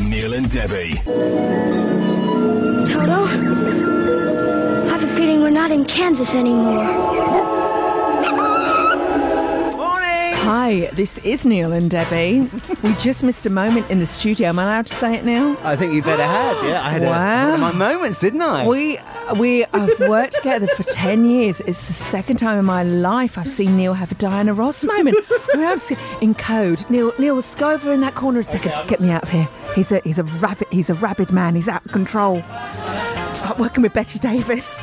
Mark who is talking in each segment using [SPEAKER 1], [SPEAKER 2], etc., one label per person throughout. [SPEAKER 1] Neil and Debbie.
[SPEAKER 2] Toto, I have a feeling we're not in Kansas anymore.
[SPEAKER 3] Hi, this is Neil and Debbie. We just missed a moment in the studio. Am I allowed to say it now?
[SPEAKER 4] I think you better had. Yeah, I had a-
[SPEAKER 3] Wow.
[SPEAKER 4] one of my moments, didn't I?
[SPEAKER 3] We uh, we have worked together for ten years. It's the second time in my life I've seen Neil have a Diana Ross moment. I mean, I'm se- in code. Neil, Neil, let's go over in that corner a second. Get me out of here. He's a he's a rabid he's a rabid man. He's out of control. It's like working with Betty Davis.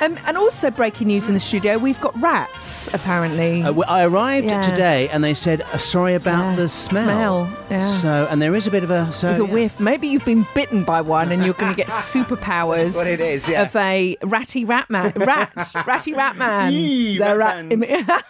[SPEAKER 3] Um, and also breaking news in the studio, we've got rats apparently.
[SPEAKER 4] Uh, well, I arrived
[SPEAKER 3] Yeah.
[SPEAKER 4] today and they said, uh, sorry about
[SPEAKER 3] Yeah,
[SPEAKER 4] the smell.
[SPEAKER 3] smell, yeah.
[SPEAKER 4] So, and there is a bit of a. So,
[SPEAKER 3] There's a
[SPEAKER 4] Oh, yeah.
[SPEAKER 3] whiff. Maybe you've been bitten by one and you're going to get superpowers.
[SPEAKER 4] That's what it is, yeah.
[SPEAKER 3] Of a ratty rat man. Rat. ratty rat man.
[SPEAKER 4] Yee,
[SPEAKER 3] The
[SPEAKER 4] rat
[SPEAKER 3] rat-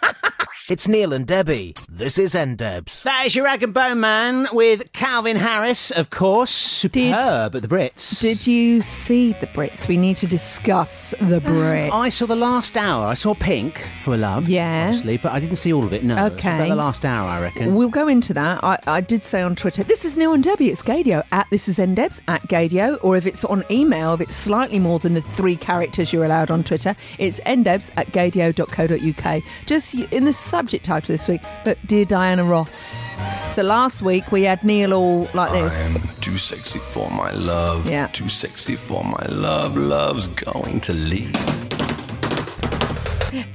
[SPEAKER 5] It's Neil and Debbie. This is NDebs.
[SPEAKER 4] That is your rag and bone man with Calvin Harris, of course.
[SPEAKER 3] Did-
[SPEAKER 4] Superb at the Brits.
[SPEAKER 3] Did you see the Brits? We need to discuss the Brits.
[SPEAKER 4] I saw the last hour. I saw Pink, who I loved,
[SPEAKER 3] Yeah.
[SPEAKER 4] obviously, but I didn't see all of it. No, It was
[SPEAKER 3] Okay.
[SPEAKER 4] about the last hour, I reckon.
[SPEAKER 3] We'll go into that. I, I did say on Twitter, this is Neil and Debbie, it's Gadio, at this is Ndebs, at Gadio, or if it's on email, if it's slightly more than the three characters you're allowed on Twitter, it's ndebs at gadio.co.uk. Just y- in the subject title this week, but Dear Diana Ross. So last week we had Neil all like this.
[SPEAKER 6] I'm too sexy for my love.
[SPEAKER 3] Yeah.
[SPEAKER 6] Too sexy for my love. Love's going to leave.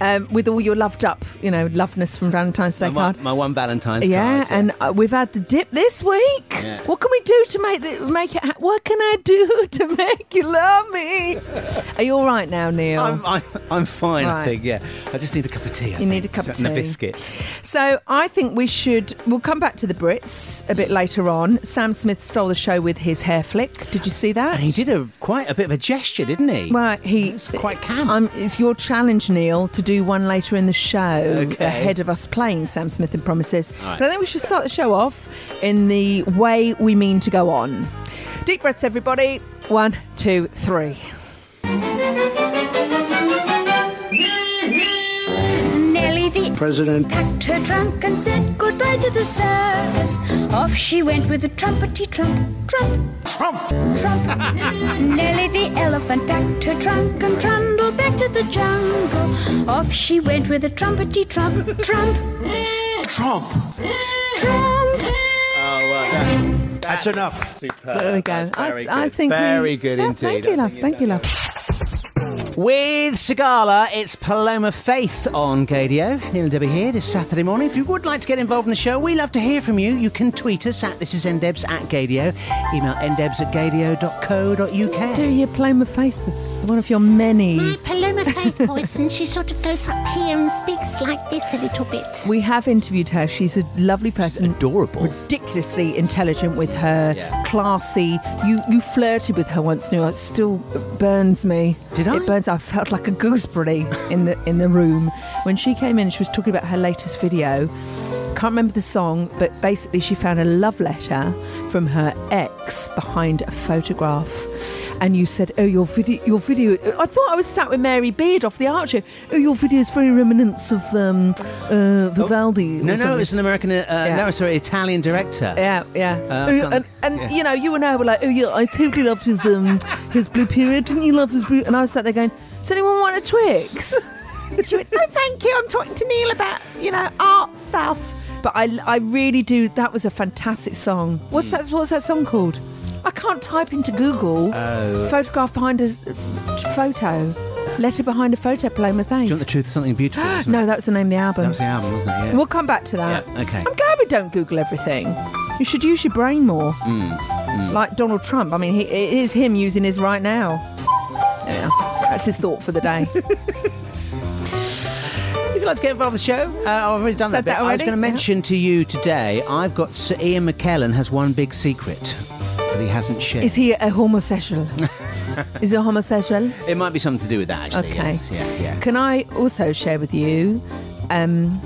[SPEAKER 3] Um, with all your loved up, you know, loveness from Valentine's Day
[SPEAKER 4] my, one-
[SPEAKER 3] card.
[SPEAKER 4] my one Valentine's
[SPEAKER 3] Yeah,
[SPEAKER 4] card,
[SPEAKER 3] and uh, we've had the dip this week.
[SPEAKER 4] Yeah.
[SPEAKER 3] What can we do to make the, make it? Ha- what can I do to make you love me? Are you all right now, Neil?
[SPEAKER 4] I'm, I'm, I'm fine,
[SPEAKER 3] Right.
[SPEAKER 4] I think, yeah. I just need a cup of tea. I
[SPEAKER 3] You need
[SPEAKER 4] think,
[SPEAKER 3] a cup of
[SPEAKER 4] And
[SPEAKER 3] tea.
[SPEAKER 4] a biscuit.
[SPEAKER 3] so I think we should. We'll come back to the Brits a bit later on. Sam Smith stole the show with his hair flick. Did you see that?
[SPEAKER 4] And he did a quite a bit of a gesture, didn't he?
[SPEAKER 3] Well, he
[SPEAKER 4] It's quite camp.
[SPEAKER 3] Um, it's your challenge, Neil, to do one later in the show
[SPEAKER 4] Okay.
[SPEAKER 3] ahead of us playing Sam Smith and Promises.
[SPEAKER 4] right.
[SPEAKER 3] But I think we should start the show off in the way we mean to go on. Deep breaths, everybody. One, two, three.
[SPEAKER 2] Nellie the
[SPEAKER 7] President
[SPEAKER 2] packed her trunk and said goodbye to the circus. Off she went with a trumpety trump, trump, trump, trump. Nellie the elephant packed her trunk and trundled back to the jungle. Off she went with a trumpety trump, trump,
[SPEAKER 6] Trump.
[SPEAKER 2] trump.
[SPEAKER 4] That's enough. Superb.
[SPEAKER 3] There we go.
[SPEAKER 4] That's very
[SPEAKER 3] I, I
[SPEAKER 4] good.
[SPEAKER 3] think we-
[SPEAKER 4] very good
[SPEAKER 3] Yeah,
[SPEAKER 4] indeed.
[SPEAKER 3] Thank you,
[SPEAKER 4] I
[SPEAKER 3] love.
[SPEAKER 4] think
[SPEAKER 3] Thank you, love.
[SPEAKER 4] With Sigala, it's Paloma Faith on Gadio. Neil and Debbie here this Saturday morning. If you would like to get involved in the show, we love to hear from you. You can tweet us at this is ndebs at gadio, email ndebs at gadio.co.uk.
[SPEAKER 3] Do you play my faith? One of your many.
[SPEAKER 8] My Paloma Faith voice, and she sort of goes up here and speaks like this a little bit.
[SPEAKER 3] We have interviewed her. She's a lovely person.
[SPEAKER 4] adorable.
[SPEAKER 3] Ridiculously intelligent with her,
[SPEAKER 4] Yeah.
[SPEAKER 3] classy. You you flirted with her once, Neil. It still burns me.
[SPEAKER 4] Did I?
[SPEAKER 3] It burns. I felt like a gooseberry in the in the room when she came in. She was talking about her latest video. Can't remember the song, but basically she found a love letter from her ex behind a photograph. And you said, "Oh, your video, your video." I thought I was sat with Mary Beard off the Archer. Oh, your video is very remnants of um, uh, Vivaldi. or
[SPEAKER 4] Oh, No, no,
[SPEAKER 3] something."
[SPEAKER 4] it's an American, uh,
[SPEAKER 3] Yeah.
[SPEAKER 4] no, sorry, Italian director.
[SPEAKER 3] Yeah, yeah.
[SPEAKER 4] Uh,
[SPEAKER 3] Oh,
[SPEAKER 4] kind
[SPEAKER 3] and
[SPEAKER 4] of-
[SPEAKER 3] and
[SPEAKER 4] yeah.
[SPEAKER 3] you know, you and I were like, oh yeah, I totally loved his um his blue period. Didn't you love his blue? And I was sat there going, does anyone want a Twix? And she went, no, thank you. I'm talking to Neil about you know art stuff. But I, I really do. That was a fantastic song. What's that? What's that song called? I can't type into Google. Photograph behind a photo. Letter behind a photo. Paloma
[SPEAKER 4] Do
[SPEAKER 3] Thane.
[SPEAKER 4] you want the truth? Something beautiful. isn't it?
[SPEAKER 3] no, that was the name of the album.
[SPEAKER 4] that was the album, wasn't it? Yeah.
[SPEAKER 3] We'll come back to that.
[SPEAKER 4] Yeah, okay.
[SPEAKER 3] I'm glad we don't Google everything. You should use your brain more.
[SPEAKER 4] Mm,
[SPEAKER 3] Like Donald Trump. I mean, he, it is him using his right now. Yeah, that's his thought for the day.
[SPEAKER 4] If you'd like to get involved with the show, uh, I've already done that.
[SPEAKER 3] Said
[SPEAKER 4] bit.
[SPEAKER 3] that
[SPEAKER 4] I was
[SPEAKER 3] already?
[SPEAKER 4] going to
[SPEAKER 3] Yeah.
[SPEAKER 4] mention to you today. I've got Sir Ian McKellen has one big secret that he hasn't shared.
[SPEAKER 3] is he a homosexual? is he a homosexual?
[SPEAKER 4] It might be something to do with that. Actually,
[SPEAKER 3] Okay.
[SPEAKER 4] yes. Yeah, yeah.
[SPEAKER 3] Can I also share with you? Um,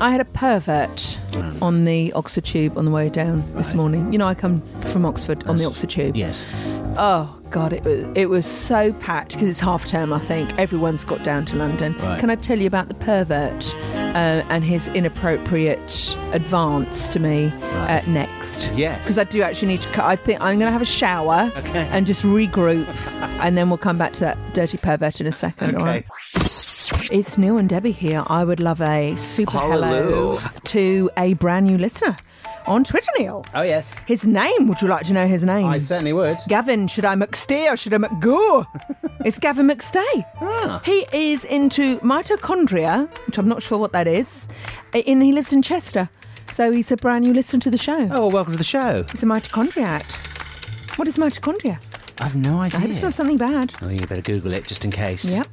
[SPEAKER 3] I had a pervert
[SPEAKER 4] Oh.
[SPEAKER 3] on the Oxford Tube on the way down this morning. You know, I come from Oxford on the Oxford Tube.
[SPEAKER 4] Yes.
[SPEAKER 3] Oh God, it was it was so packed because it's half term. I think everyone's got down to London.
[SPEAKER 4] Right.
[SPEAKER 3] Can I tell you about the pervert uh, and his inappropriate advance to me uh, next?
[SPEAKER 4] Yes.
[SPEAKER 3] because I do actually need to. cut- I think I'm going to have a shower and just regroup, and then we'll come back to that dirty pervert in a second. all right? It's Neil and Debbie here. I would love a super hello, to a brand new listener on Twitter, Neil.
[SPEAKER 4] Oh, yes.
[SPEAKER 3] His name, would you like to know his name?
[SPEAKER 4] I certainly would.
[SPEAKER 3] Gavin, should I McStay or should I McGoo? it's Gavin McStay.
[SPEAKER 4] Ah.
[SPEAKER 3] He is into mitochondria, which I'm not sure what that is, and he lives in Chester. So he's a brand new listener to the show.
[SPEAKER 4] Oh, well, welcome to the show.
[SPEAKER 3] He's a mitochondriac. What is mitochondria?
[SPEAKER 4] I've no idea.
[SPEAKER 3] I hope it's not something bad.
[SPEAKER 4] Oh, you better Google it just in case.
[SPEAKER 3] Yep.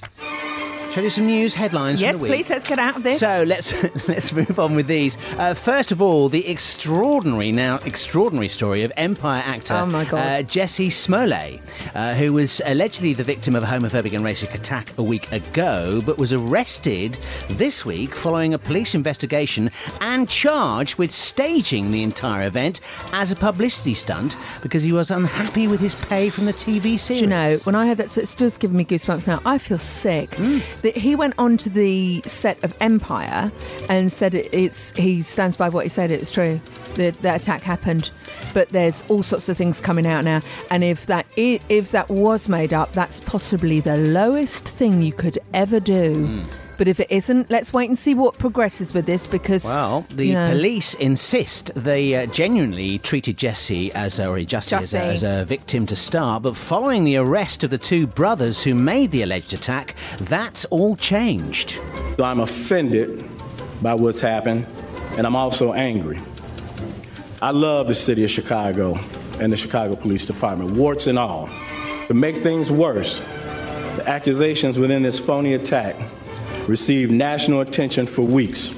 [SPEAKER 4] Show you some news headlines from
[SPEAKER 3] Yes,
[SPEAKER 4] the week.
[SPEAKER 3] please, let's get out of this.
[SPEAKER 4] So let's let's move on with these. Uh, first of all, the extraordinary now extraordinary story of Empire actor
[SPEAKER 3] Oh, my God.
[SPEAKER 4] Uh, Jesse Smollett, uh, who was allegedly the victim of a homophobic and racist attack a week ago, but was arrested this week following a police investigation and charged with staging the entire event as a publicity stunt because he was unhappy with his pay from the TV series.
[SPEAKER 3] Do you know, when I heard that, so it's just giving me goosebumps now. I feel sick.
[SPEAKER 4] Mm.
[SPEAKER 3] That he went on to the set of Empire and said it, it's he stands by what he said. It was true. The, the attack happened, but there's all sorts of things coming out now. And if that i- if that was made up, that's possibly the lowest thing you could ever do.
[SPEAKER 4] Mm.
[SPEAKER 3] But if it isn't, let's wait and see what progresses with this because
[SPEAKER 4] Well, the
[SPEAKER 3] you know,
[SPEAKER 4] police insist they uh, genuinely treated Jesse as a, or Jussie as, a,
[SPEAKER 3] Jussie.
[SPEAKER 4] as a victim to start, but following the arrest of the two brothers who made the alleged attack, that's all changed.
[SPEAKER 1] I'm offended by what's happened, and I'm also angry. I love the city of Chicago and the Chicago Police Department, warts and all. To make things worse, the accusations within this phony attack received national attention for weeks.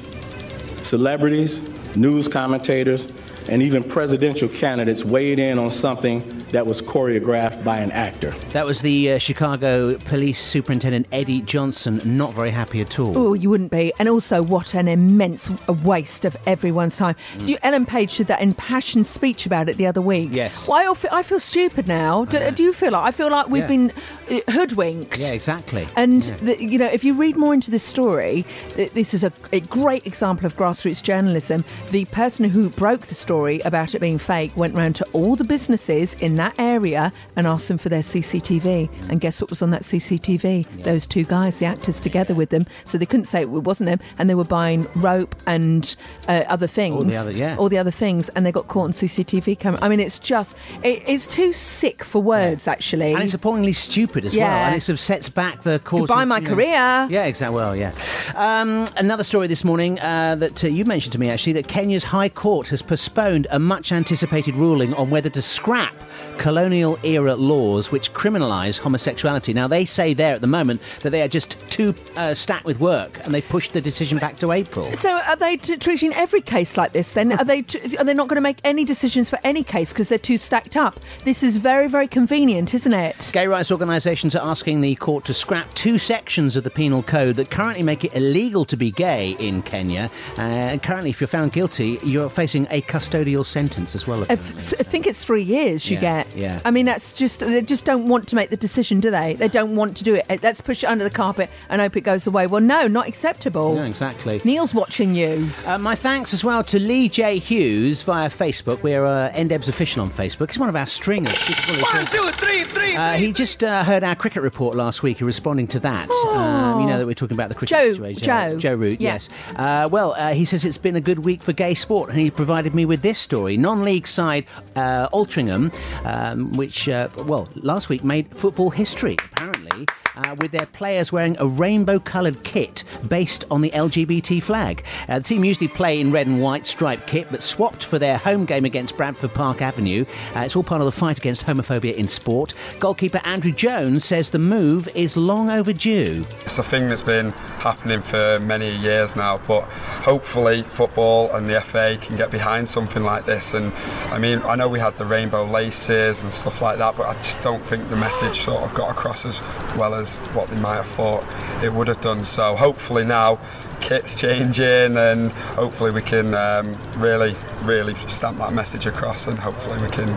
[SPEAKER 1] Celebrities, news commentators, and even presidential candidates weighed in on something that was choreographed by an actor.
[SPEAKER 4] That was the uh, Chicago Police Superintendent Eddie Johnson, not very happy at all.
[SPEAKER 3] Oh, you wouldn't be. And also, what an immense waste of everyone's time.
[SPEAKER 4] Mm.
[SPEAKER 3] You, Ellen Page did that impassioned speech about it the other week.
[SPEAKER 4] Yes.
[SPEAKER 3] Well, I, all feel, I feel stupid now. Do, do you feel like? I feel like we've
[SPEAKER 4] Yeah.
[SPEAKER 3] been uh, hoodwinked.
[SPEAKER 4] Yeah, exactly.
[SPEAKER 3] And,
[SPEAKER 4] Yeah.
[SPEAKER 3] the, you know, if you read more into this story, th- this is a, a great example of grassroots journalism. The person who broke the story about it being fake went round to all the businesses in that area and asked them for their CCTV. And guess what was on that CCTV? Those two guys, the actors together with them. So they couldn't say it wasn't them. And they were buying rope and uh, other things.
[SPEAKER 4] other- yeah.
[SPEAKER 3] All the other things. And they got caught on CCTV camera. I mean, it's just, it, it's too sick for words, actually.
[SPEAKER 4] And it's appallingly stupid as well.
[SPEAKER 3] Yeah.
[SPEAKER 4] And it sort of sets back the course.
[SPEAKER 3] Goodbye,
[SPEAKER 4] of-
[SPEAKER 3] my
[SPEAKER 4] yeah.
[SPEAKER 3] career.
[SPEAKER 4] Yeah, exactly. Well, yeah. Um, another story this morning uh, that uh, you mentioned to me actually that Kenya's High Court has postponed a much anticipated ruling on whether to scrap colonial era laws which criminalise homosexuality. Now, they say there at the moment that they are just too uh, stacked with work and they pushed the decision back to April.
[SPEAKER 3] So are they t- treating every case like this? Then are they t- are they not going to make any decisions for any case because they're too stacked up? This is very very convenient, isn't it?
[SPEAKER 4] Gay rights organisations are asking the court to scrap two sections of the penal code that currently make it illegal to be gay in Kenya. Uh, and currently, if you're found guilty, you're facing a custodial sentence as well.
[SPEAKER 3] I f- s- I think it's three years you
[SPEAKER 4] Yeah,
[SPEAKER 3] get.
[SPEAKER 4] yeah.
[SPEAKER 3] I mean, that's just they just don't want to make the decision, do they? They don't want to do it. Let's push it under the carpet and hope it goes away. Well, no, not acceptable.
[SPEAKER 4] Yeah, exactly.
[SPEAKER 3] Neil's watching you.
[SPEAKER 4] Uh, my thanks as well to Lee J. Hughes via Facebook. We're uh, NDebs official on Facebook. He's one of our stringers. One, two, three, three. Uh, he just uh, heard our cricket report last week. He responding to that. Um, you know that we're talking about the cricket
[SPEAKER 3] Joe-
[SPEAKER 4] situation.
[SPEAKER 3] Joe.
[SPEAKER 4] Joe Root.
[SPEAKER 3] Yeah.
[SPEAKER 4] Yes. Uh, well, uh, he says it's been a good week for gay sport, and he provided me with this story. Non-league side uh, Altrincham, um, which uh, well last week made football history apparently. Uh, with their players wearing a rainbow-coloured kit based on the LGBT flag. Uh, the team usually play in red and white striped kit, but swapped for their home game against Bradford Park Avenue. Uh, it's all part of the fight against homophobia in sport. Goalkeeper Andrew Jones says the move is long overdue.
[SPEAKER 7] It's a thing that's been happening for many years now, but hopefully football and the FA can get behind something like this. And I mean, I know we had the rainbow laces and stuff like that, but I just don't think the message sort of got across as well as what they might have thought it would have done. So hopefully now kit's changing, and hopefully we can um, really, really stamp that message across, and hopefully we can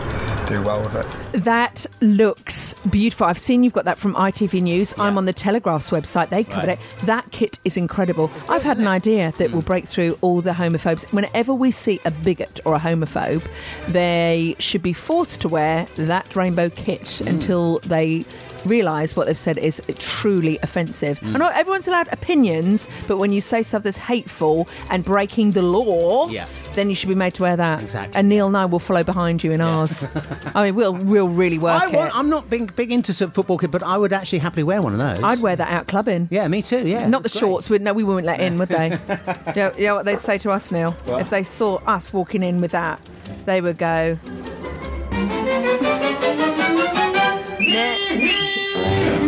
[SPEAKER 7] do well with it.
[SPEAKER 3] That looks beautiful. I've seen you've got that from ITV News. I'm on the Telegraph's website. They covered
[SPEAKER 1] Right.
[SPEAKER 3] it. That kit is incredible. I've had an idea that will break through all the homophobes. Whenever we see a bigot or a homophobe, they should be forced to wear that rainbow kit until they realise what they've said is truly offensive. And not everyone's allowed opinions, but when you say stuff that's hateful and breaking the law,
[SPEAKER 4] Yeah.
[SPEAKER 3] then you should be made to wear that.
[SPEAKER 4] Exactly.
[SPEAKER 3] And Neil and I will follow behind you in ours. I mean, we'll we'll really work
[SPEAKER 4] I want,
[SPEAKER 3] it.
[SPEAKER 4] I'm not big, big into some football kit, but I would actually happily wear one of those.
[SPEAKER 3] I'd wear that out clubbing.
[SPEAKER 4] yeah, me too. Yeah,
[SPEAKER 3] Not the
[SPEAKER 4] that's great.
[SPEAKER 3] shorts. We'd, no, we wouldn't let in, would they? you, know, you know what they'd say to us, Neil? If they saw us walking in with that, they would go.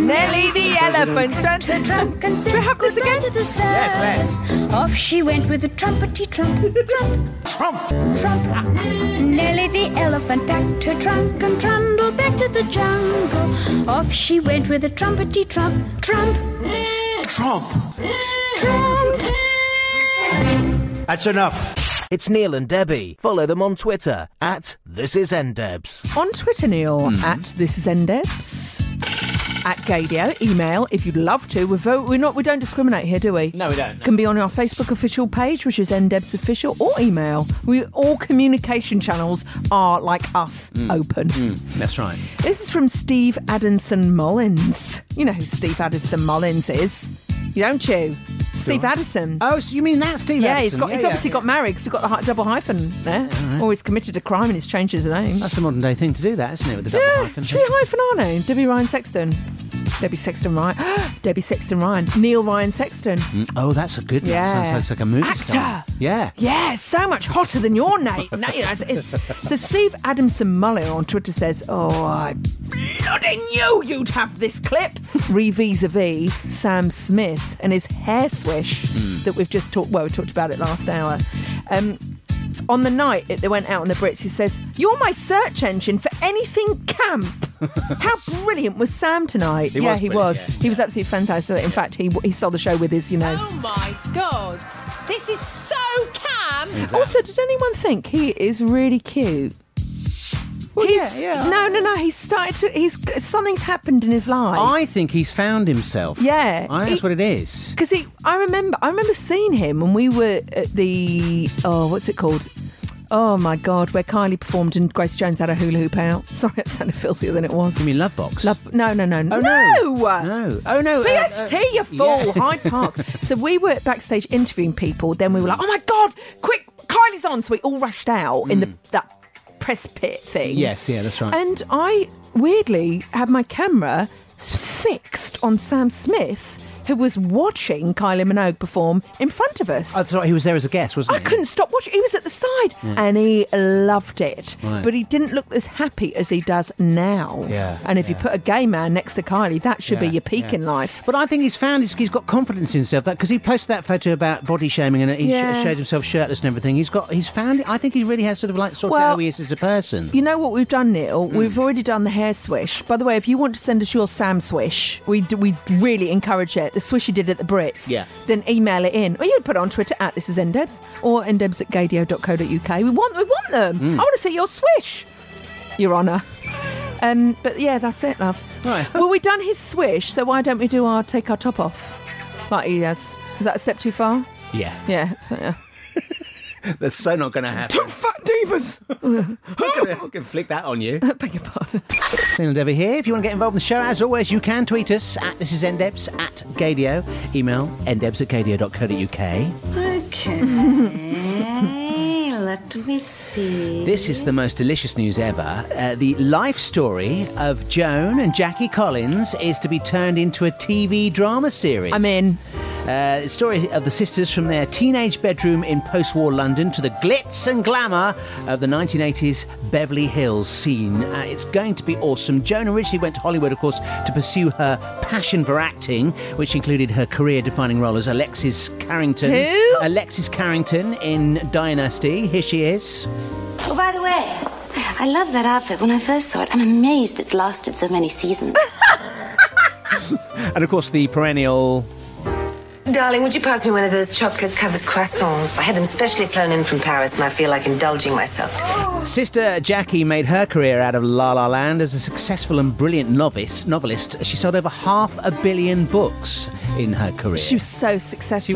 [SPEAKER 3] Nelly the elephant. Don't
[SPEAKER 2] the trunk and said
[SPEAKER 3] we have this
[SPEAKER 2] goodbye
[SPEAKER 3] again?
[SPEAKER 2] to the circus. Off she went with a trumpety trump, trump, trump, trump. Nelly the elephant packed her trunk and trundled back to the jungle. Off she went with a trumpety trump, trump,
[SPEAKER 6] Trump.
[SPEAKER 2] trump.
[SPEAKER 9] That's enough.
[SPEAKER 5] It's Neil and Debbie. Follow them on Twitter at This Is NDebs.
[SPEAKER 3] on Twitter, Neil, at this is Endebs. At Gadio, email if you'd love to. We're, vo- we're not. We don't discriminate here, do we?
[SPEAKER 4] No, we don't.
[SPEAKER 3] Can be on our Facebook official page, which is Endebs official, or email. We all communication channels are like us
[SPEAKER 4] Hmm.
[SPEAKER 3] open.
[SPEAKER 4] That's right.
[SPEAKER 3] This is from Steve Addison Mullins. You know who Steve Addison Mullins is, you don't you? Steve Addison.
[SPEAKER 4] Oh, so you mean that, Steve?
[SPEAKER 3] yeah, he's
[SPEAKER 4] Addison?
[SPEAKER 3] got. he's
[SPEAKER 4] yeah.
[SPEAKER 3] obviously got married because he's got the hy- double hyphen there, or he's committed a crime and he's changed his name.
[SPEAKER 4] That's the modern day thing to do, that isn't it? With the double
[SPEAKER 3] Yeah,
[SPEAKER 4] hyphen.
[SPEAKER 3] should we hyphen our name? Debbie Ryan Sexton. Debbie Sexton Ryan. Debbie Sexton Ryan. Neil Ryan Sexton.
[SPEAKER 4] Oh, that's a good. Yeah.
[SPEAKER 3] Yeah.
[SPEAKER 4] Sounds, sounds like a movie
[SPEAKER 3] Actor.
[SPEAKER 4] star. Yeah.
[SPEAKER 3] Yeah, so much hotter than your name. No, you know, it's- it's- so Steve Adamson Muller on Twitter says, "Oh, I bloody knew you'd have this clip." Re vis-a-vis Sam Smith and his hair swish that we've just talked. Well, we talked about it last hour. Um, on the night it, they went out on the Brits, he says, "You're my search engine for anything camp." How brilliant was Sam tonight? yeah,
[SPEAKER 4] was
[SPEAKER 3] he
[SPEAKER 4] brilliant,
[SPEAKER 3] was. He was absolutely fantastic. In fact, he he stole the show with his, you know.
[SPEAKER 10] Oh my god! This is so cam!
[SPEAKER 3] Also, did anyone think he is really cute? he's
[SPEAKER 4] yeah, yeah.
[SPEAKER 3] no, no, no. He's started to. He's something's happened in his life.
[SPEAKER 4] I think he's found himself.
[SPEAKER 3] Yeah,
[SPEAKER 4] I, that's
[SPEAKER 3] he-
[SPEAKER 4] what it is.
[SPEAKER 3] Because he, I remember, I remember seeing him when we were at the oh, what's it called? Oh my God, where Kylie performed and Grace Jones had a hula hoop out. Sorry, that sounded filthier than it was.
[SPEAKER 4] You mean Love Box?
[SPEAKER 3] Love, no, no, no,
[SPEAKER 4] Oh,
[SPEAKER 3] no,
[SPEAKER 4] no. No. Oh, no. uh,
[SPEAKER 3] BST,
[SPEAKER 4] uh,
[SPEAKER 3] you fool,
[SPEAKER 4] yeah.
[SPEAKER 3] Hyde Park. So we were backstage interviewing people. Then we were like, oh my God, quick, Kylie's on. So we all rushed out in the that press pit thing.
[SPEAKER 4] Hmm. Yes, yeah, that's right.
[SPEAKER 3] And I weirdly had my camera s- fixed on Sam Smith, who was watching Kylie Minogue perform in front of us.
[SPEAKER 4] Oh, that's right. He was there as a guest, wasn't
[SPEAKER 3] I
[SPEAKER 4] he?
[SPEAKER 3] couldn't stop watching. He was at the side and he loved it.
[SPEAKER 4] Right.
[SPEAKER 3] But he didn't look as happy as he does now.
[SPEAKER 4] Yeah,
[SPEAKER 3] And if you
[SPEAKER 4] yeah.
[SPEAKER 3] put a gay man next to Kylie, that should
[SPEAKER 4] Yeah,
[SPEAKER 3] be your peak
[SPEAKER 4] yeah.
[SPEAKER 3] in life.
[SPEAKER 4] But I think he's found he's, he's got confidence in himself because he posted that photo about body shaming and he
[SPEAKER 3] Yeah.
[SPEAKER 4] sh- showed himself shirtless and everything. He's got he's found. I think he really has sort of like sort
[SPEAKER 3] Well,
[SPEAKER 4] of how he is as a person.
[SPEAKER 3] You know what we've done, Neil?
[SPEAKER 4] Hmm.
[SPEAKER 3] We've already done the hair swish. By the way, if you want to send us your Sam swish, we d- we really encourage it. The swish you did at the Brits.
[SPEAKER 4] Yeah.
[SPEAKER 3] Then email it in. Or you put it on Twitter at this is ndebs or ndebs at gadio.co.uk. We want we want them. I
[SPEAKER 4] Hmm.
[SPEAKER 3] want to see your swish, Your Honour. Um, but yeah, that's it, love.
[SPEAKER 4] Right.
[SPEAKER 3] Well, we've done his swish, so why don't we do our take our top off like he has? Is that a step too far?
[SPEAKER 4] yeah.
[SPEAKER 3] Yeah. yeah.
[SPEAKER 4] That's so not going to happen.
[SPEAKER 3] Fat divas!
[SPEAKER 4] I can flick that on you.
[SPEAKER 3] Beg your pardon.
[SPEAKER 4] Neil Dever here. If you want to get involved in the show, as always, you can tweet us at this is ndebs at gadio. Email ndebs at gadio.co.uk.
[SPEAKER 10] Okay, let me see.
[SPEAKER 4] This is the most delicious news ever. Uh, the life story of Joan and Jackie Collins is to be turned into a TV drama series.
[SPEAKER 3] I'm in.
[SPEAKER 4] Uh, the story of the sisters from their teenage bedroom in post war London to the glitz and glamour of the 1980s Beverly Hills scene. Uh, it's going to be awesome. Joan originally went to Hollywood, of course, to pursue her passion for acting, which included her career defining role as Alexis Carrington.
[SPEAKER 3] Who?
[SPEAKER 4] Alexis Carrington in Dynasty. Here she is.
[SPEAKER 10] Oh, by the way, I love that outfit. When I first saw it, I'm amazed it's lasted so many seasons.
[SPEAKER 4] And of course, the perennial.
[SPEAKER 11] Darling, would you pass me one of those chocolate covered croissants? I had them specially flown in from Paris and I feel like indulging myself today.
[SPEAKER 4] Sister Jackie made her career out of La La Land as a successful and brilliant novice novelist. She sold over half a billion books in her career.
[SPEAKER 3] She was so successful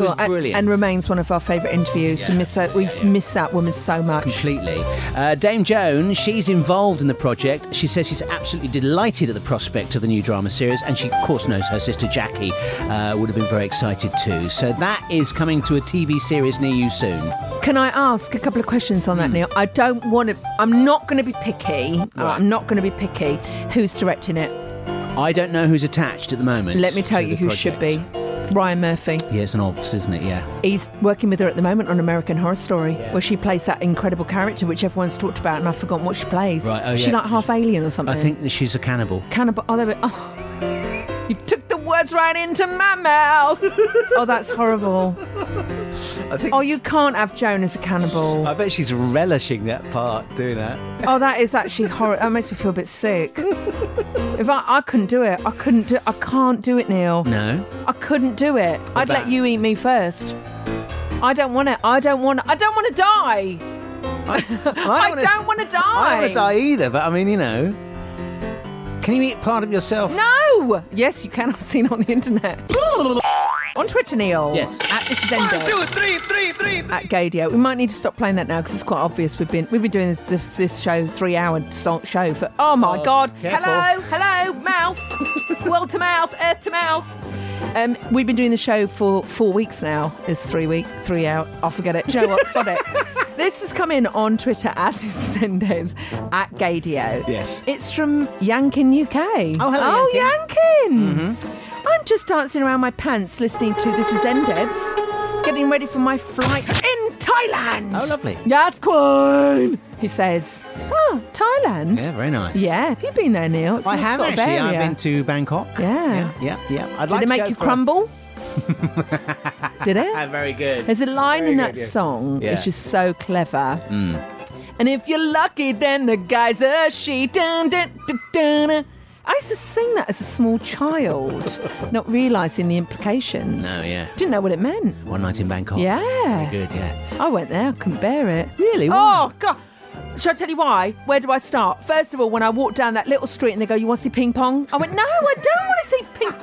[SPEAKER 4] She was
[SPEAKER 3] and-
[SPEAKER 4] brilliant.
[SPEAKER 3] And, remains one of our favourite interviews. We miss her, we miss that woman so much.
[SPEAKER 4] Completely. Uh, Dame Joan, she's involved in the project. She says she's absolutely delighted at the prospect of the new drama series, and she, of course, knows her sister Jackie uh, would have been very excited too. So that is coming to a TV series near you soon.
[SPEAKER 3] Can I ask a couple of questions on that,
[SPEAKER 4] Hmm.
[SPEAKER 3] Neil? I don't want to. I'm not going to be picky. Uh, I'm not going to be picky. Who's directing it?
[SPEAKER 4] I don't know who's attached at the moment.
[SPEAKER 3] Let me tell
[SPEAKER 4] to
[SPEAKER 3] you
[SPEAKER 4] the
[SPEAKER 3] who should be. Ryan Murphy.
[SPEAKER 4] project. Yeah, it's an obvious, isn't it? Yeah.
[SPEAKER 3] He's working with her at the moment on American Horror Story, where she plays that incredible character which everyone's talked about, and I've forgotten what she plays.
[SPEAKER 4] Right, oh,
[SPEAKER 3] she
[SPEAKER 4] yeah.
[SPEAKER 3] like half alien or something.
[SPEAKER 4] I think that she's a cannibal.
[SPEAKER 3] Cannibal. Oh, there we oh. You took the words right into my mouth. oh, that's horrible. oh, you can't have Joan as a cannibal.
[SPEAKER 4] I bet she's relishing that part, doing that.
[SPEAKER 3] oh, that is actually horrible. That makes me feel a bit sick. if I, I couldn't do it, I couldn't do. I can't do it, Neil.
[SPEAKER 4] No.
[SPEAKER 3] I couldn't do it. I'd
[SPEAKER 4] about-
[SPEAKER 3] let you eat me first. I don't want to. I don't want. I don't want to die. I
[SPEAKER 4] wanna-
[SPEAKER 3] don't want to die.
[SPEAKER 4] I don't want to die either, but I mean, you know. Can you eat part of yourself?
[SPEAKER 3] No. Yes, you can. I've seen it on the internet. on Twitter, Neil.
[SPEAKER 4] Yes.
[SPEAKER 3] At this is Endo.
[SPEAKER 4] One, two,
[SPEAKER 3] three, three, three, three. At Gadio. We might need to stop playing that now because it's quite obvious we've been we've been doing this this, this show three hour so- show for. Oh my
[SPEAKER 12] Oh,
[SPEAKER 3] God!
[SPEAKER 12] careful.
[SPEAKER 3] Hello, hello, mouth, world to mouth, earth to mouth. Um, we've been doing the show for four weeks now. It's three week, three out. I'll forget it. Do you know what? Sod it. This has come in on Twitter at this is Endos at Gadio.
[SPEAKER 4] Yes.
[SPEAKER 3] It's from Yankin UK.
[SPEAKER 12] Oh, hello,
[SPEAKER 3] Oh, Yankin.
[SPEAKER 12] Mhm.
[SPEAKER 3] I'm just dancing around my pants listening to This Is Endebs, getting ready for my flight in Thailand.
[SPEAKER 4] Oh, lovely.
[SPEAKER 3] Yes, Queen, he says. Oh, Thailand.
[SPEAKER 4] Yeah, very nice.
[SPEAKER 3] Yeah, have you been there, Neil? It's
[SPEAKER 4] I
[SPEAKER 3] your
[SPEAKER 4] have
[SPEAKER 3] sort of
[SPEAKER 4] actually.
[SPEAKER 3] area.
[SPEAKER 4] I've been to Bangkok.
[SPEAKER 3] Yeah.
[SPEAKER 4] Yeah, yeah. I'd
[SPEAKER 3] Did
[SPEAKER 4] like
[SPEAKER 3] it
[SPEAKER 4] to
[SPEAKER 3] make
[SPEAKER 4] go
[SPEAKER 3] you
[SPEAKER 4] for a- Ah,
[SPEAKER 3] crumble? Did it?
[SPEAKER 4] Very good.
[SPEAKER 3] There's a line
[SPEAKER 4] Very
[SPEAKER 3] in
[SPEAKER 4] good,
[SPEAKER 3] that
[SPEAKER 4] yeah.
[SPEAKER 3] song
[SPEAKER 4] Yeah.
[SPEAKER 3] which is so clever.
[SPEAKER 4] Mm.
[SPEAKER 3] And if you're lucky, then the guy's a she. Dun, dun, dun, dun, dun. I used to sing that as a small child, not realising the implications.
[SPEAKER 4] No, yeah.
[SPEAKER 3] Didn't know what it meant.
[SPEAKER 4] One night in Bangkok.
[SPEAKER 3] Yeah.
[SPEAKER 4] Very good, yeah.
[SPEAKER 3] I went there, I couldn't bear it.
[SPEAKER 4] Really?
[SPEAKER 3] Oh, God. Shall I tell you why? Where do I start? First of all, when I walked down that little street and they go, You want to see ping pong? I went, No, I don't want to see ping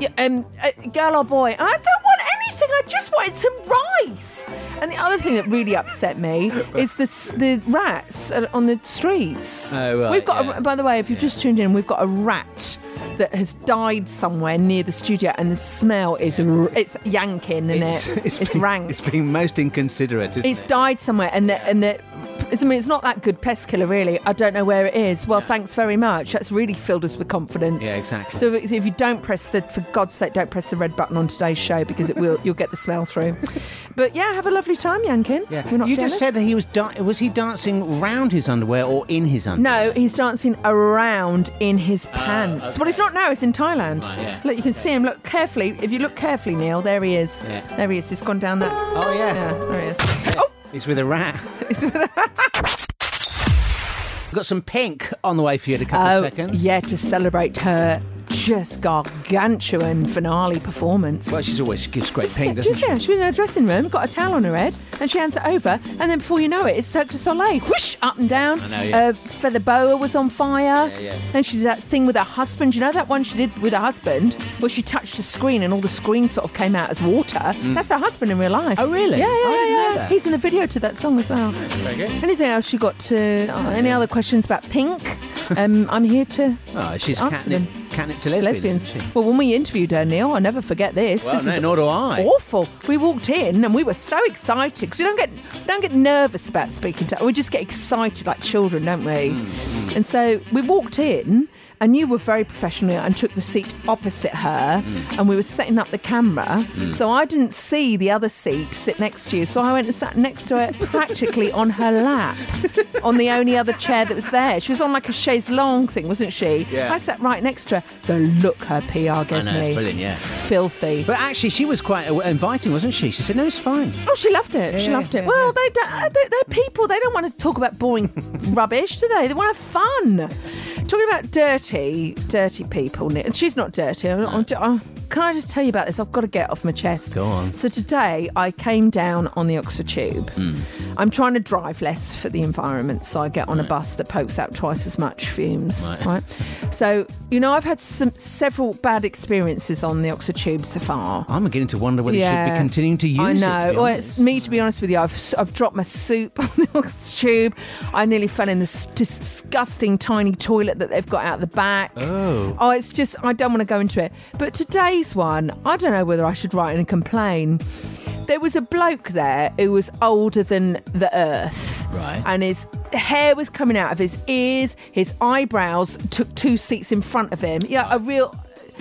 [SPEAKER 3] Yeah, um, uh, Girl or boy? I don't want anything. I just wanted some rice. And the other thing that really upset me is the, s- the rats uh, on the streets.
[SPEAKER 12] Oh, right,
[SPEAKER 3] We've got,
[SPEAKER 12] yeah.
[SPEAKER 3] a, by the way, if you've just tuned in, we've got a rat that has died somewhere near the studio and the smell is r- it's yanking and
[SPEAKER 4] It's-
[SPEAKER 3] it it's,
[SPEAKER 4] been-
[SPEAKER 3] rank
[SPEAKER 4] It's been most inconsiderate, isn't
[SPEAKER 3] it's
[SPEAKER 4] it?
[SPEAKER 3] died somewhere, and the, and the, I mean, it's not that good pest killer, really. I don't know where it is. Well, thanks very much. That's really filled us with confidence.
[SPEAKER 4] Yeah, exactly.
[SPEAKER 3] So if if you don't press the, for God's sake, don't press the red button on today's show because it will, you'll get the smell through. But yeah, have a lovely time, Yankin.
[SPEAKER 4] Yeah.
[SPEAKER 3] We're not
[SPEAKER 4] you
[SPEAKER 3] jealous.
[SPEAKER 4] just said that he was da- was he dancing round his underwear or in his underwear?
[SPEAKER 3] No, he's dancing around in his pants. Well, he's not now, it's in Thailand.
[SPEAKER 4] Ah, Right, yeah.
[SPEAKER 3] Look, you can see him. Look carefully. If you look carefully, Neil, there he is.
[SPEAKER 4] Yeah.
[SPEAKER 3] There he is. He's gone down that.
[SPEAKER 4] Oh yeah.
[SPEAKER 3] there he is.
[SPEAKER 4] He's with a rat.
[SPEAKER 3] He's with a
[SPEAKER 4] We've got some pink on the way for you in a couple
[SPEAKER 3] Oh,
[SPEAKER 4] of seconds.
[SPEAKER 3] yeah, to celebrate her just gargantuan finale performance.
[SPEAKER 4] Well, she's always gives great pink,
[SPEAKER 3] She
[SPEAKER 4] doesn't
[SPEAKER 3] was
[SPEAKER 4] she?
[SPEAKER 3] there, she was in her dressing room, got a towel on her head, and she hands it over, and then before you know it, it's Cirque du Soleil. Whoosh, up and down.
[SPEAKER 12] I know, yeah.
[SPEAKER 3] Her feather boa was on fire.
[SPEAKER 12] Yeah, yeah.
[SPEAKER 3] Then she did that thing with her husband. You know that one she did with her husband, where she touched the screen and all the screen sort of came out as water?
[SPEAKER 12] Mm.
[SPEAKER 3] That's her husband in real life. Oh,
[SPEAKER 12] really?
[SPEAKER 3] Yeah, yeah,
[SPEAKER 12] I didn't
[SPEAKER 3] yeah.
[SPEAKER 12] know that.
[SPEAKER 3] He's in the video to that song as well.
[SPEAKER 12] Very good. Um,
[SPEAKER 3] Anything else you got to? oh, any other questions about Pink? um, I'm here to
[SPEAKER 4] Oh, she's
[SPEAKER 3] Answer
[SPEAKER 4] catnip, catnip to lesbians.
[SPEAKER 3] lesbians.
[SPEAKER 4] isn't she?
[SPEAKER 3] Well, when we interviewed her, Neil, I never forget this.
[SPEAKER 4] Well,
[SPEAKER 3] this
[SPEAKER 4] no,
[SPEAKER 3] was
[SPEAKER 4] nor do I.
[SPEAKER 3] Awful. We walked in and we were so excited because we don't get we don't get nervous about speaking to. We just get excited like children, don't we?
[SPEAKER 4] Mm.
[SPEAKER 3] And so we walked in. And you were very professional and took the seat opposite her,
[SPEAKER 12] Mm.
[SPEAKER 3] and we were setting up the camera.
[SPEAKER 12] Mm.
[SPEAKER 3] So I didn't see the other seat sit next to you. So I went and sat next to her, practically on her lap, on the only other chair that was there. She was on like a chaise longue thing, wasn't she?
[SPEAKER 4] Yeah.
[SPEAKER 3] I sat right next to her. The look her PR gave
[SPEAKER 4] I know,
[SPEAKER 3] me.
[SPEAKER 4] it's brilliant, yeah.
[SPEAKER 3] Filthy.
[SPEAKER 4] But actually, she was quite uh, inviting, wasn't she? She said, no, it's fine.
[SPEAKER 3] Oh, she loved it.
[SPEAKER 4] Yeah,
[SPEAKER 3] she
[SPEAKER 4] yeah,
[SPEAKER 3] loved it. well, they don't, uh, they, they're people. They don't want to talk about boring rubbish, do they? They want to have fun. Talking about dirty, dirty people. Nick- She's not dirty. I, I, I, Can I just tell you about this? I've got to get off my chest.
[SPEAKER 4] Go on.
[SPEAKER 3] So today I came down on the Oxford Tube.
[SPEAKER 4] Hmm.
[SPEAKER 3] I'm trying to drive less for the environment, so I get on a bus that pokes out twice as much fumes.
[SPEAKER 12] Right.
[SPEAKER 3] Right. So you know I've had some several bad experiences on the Oxford Tube so far.
[SPEAKER 4] I'm beginning to wonder whether you should be continuing to use
[SPEAKER 3] I
[SPEAKER 4] it, to
[SPEAKER 3] know.
[SPEAKER 4] be
[SPEAKER 3] well,
[SPEAKER 4] honest.
[SPEAKER 3] it's me to be honest with you. I've s- I've dropped my soup on the Oxford Tube. I nearly fell in this disgusting tiny toilet that they've got out the back.
[SPEAKER 12] Oh.
[SPEAKER 3] Oh, it's just, I don't want to go into it. But today's one, I don't know whether I should write in and complain. There was a bloke there who was older than the earth.
[SPEAKER 12] Right.
[SPEAKER 3] And his hair was coming out of his ears, his eyebrows took two seats in front of him. Yeah, a real.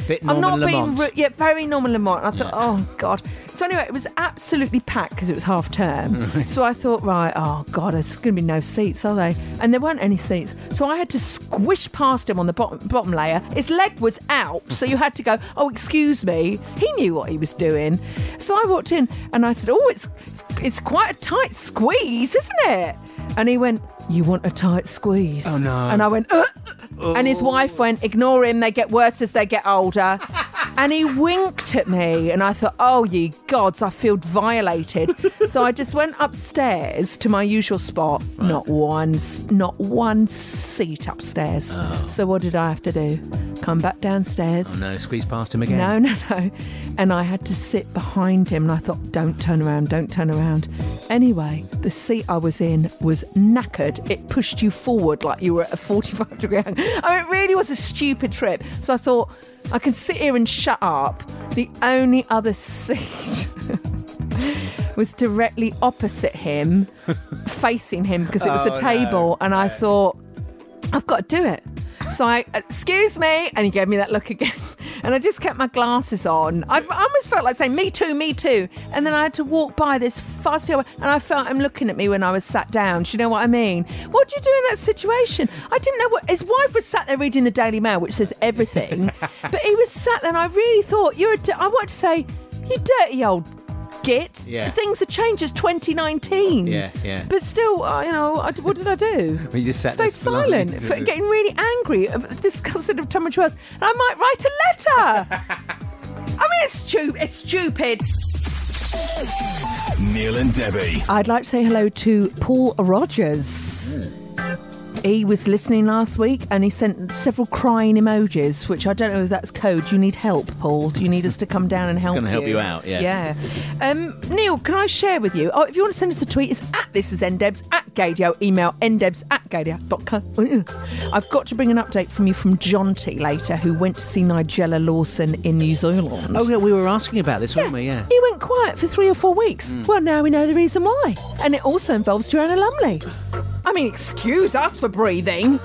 [SPEAKER 4] Bit
[SPEAKER 3] I'm not
[SPEAKER 4] Norman
[SPEAKER 3] being
[SPEAKER 4] Lamont.
[SPEAKER 3] rude. Yeah, very Norman Lamont. I thought, oh god. So anyway, it was absolutely packed because it was half term.
[SPEAKER 12] Right.
[SPEAKER 3] So I thought, right, oh god, there's going to be no seats, are they? And there weren't any seats. So I had to squish past him on the bottom bottom layer. His leg was out, so you had to go. Oh, excuse me. He knew what he was doing. So I walked in and I said, oh, it's it's, it's quite a tight squeeze, isn't it? And he went, you want a tight squeeze?
[SPEAKER 12] Oh, no.
[SPEAKER 3] And I went. "Uh, Ugh. And his wife went, ignore him, they get worse as they get older. and he winked at me, and I thought, oh, ye gods, I feel violated. so I just went upstairs to my usual spot. Not one, s- not one seat upstairs. So what did I have to do? Come back downstairs.
[SPEAKER 4] Oh no, squeeze past him again.
[SPEAKER 3] No, no, no. And I had to sit behind him, and I thought, don't turn around, don't turn around. Anyway, the seat I was in was knackered. It pushed you forward like you were at a 45 degree angle. I mean, it really was a stupid trip. So I thought, I can sit here and shut up. The only other seat. Was directly opposite him, facing him because it was
[SPEAKER 12] Oh,
[SPEAKER 3] a
[SPEAKER 12] no.
[SPEAKER 3] table, and I thought, I've got to do it. So I, uh, excuse me, and he gave me that look again. And I just kept my glasses on. I, I almost felt like saying, me too, me too. And then I had to walk by this fussy old, and I felt him looking at me when I was sat down. Do you know what I mean? What do you do in that situation? I didn't know what, his wife was sat there reading the Daily Mail, which says everything. but he was sat there, and I really thought, you're a, di- I wanted to say, you dirty old git.
[SPEAKER 4] Yeah.
[SPEAKER 3] Things have changed, it's 2019.
[SPEAKER 4] Yeah, yeah.
[SPEAKER 3] But still, I- you know, I d what did I do?
[SPEAKER 4] Well, you just sat there
[SPEAKER 3] stayed
[SPEAKER 4] smiling.
[SPEAKER 3] silent, for getting really angry, uh, disgusted of Tom and Joyce, and I might write a letter. I mean, it's stupid. It's stupid.
[SPEAKER 13] Neil and Debbie.
[SPEAKER 3] I'd like to say hello to Paul Rogers. He was listening last week and he sent several crying emojis, which I don't know if that's code. You need help, Paul. Do you need us to come down and help
[SPEAKER 4] Gonna
[SPEAKER 3] you?
[SPEAKER 4] help you out, yeah.
[SPEAKER 3] Yeah. Um, Neil, can I share with you? Oh, if you want to send us a tweet, it's at this is ndebs at gadio. Email ndebs at gadio.co. I've got to bring an update from you from Jonty later, who went to see Nigella Lawson in New Zealand.
[SPEAKER 4] Oh yeah, we were asking about this, weren't we? Yeah.
[SPEAKER 3] He went quiet for three or four weeks.
[SPEAKER 4] Mm.
[SPEAKER 3] Well, now we know the reason why. And it also involves Joanna Lumley. I mean, excuse us for breathing.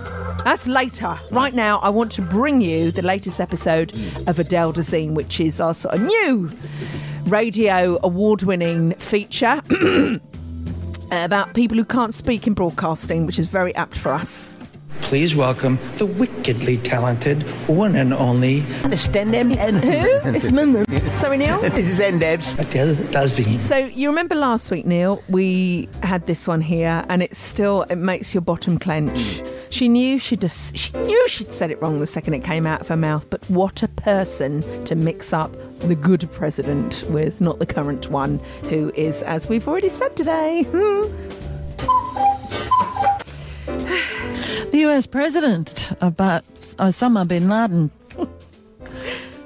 [SPEAKER 3] That's later. Right now, I want to bring you the latest episode of Adele Dazine, which is our sort of new radio award winning feature about people who can't speak in broadcasting, which is very apt for us.
[SPEAKER 14] Please welcome the wickedly talented one and only.
[SPEAKER 3] Understand them and who? It's Mum. Sorry, Neil.
[SPEAKER 14] This is Endebs. Adele Dazine.
[SPEAKER 3] So you remember last week, Neil? We had this one here, and it's still it makes your bottom clench. She knew she just she knew she'd said it wrong the second it came out of her mouth. But what a person to mix up the good president with, not the current one, who is, as we've already said today,
[SPEAKER 15] The US President about uh, Osama bin Laden.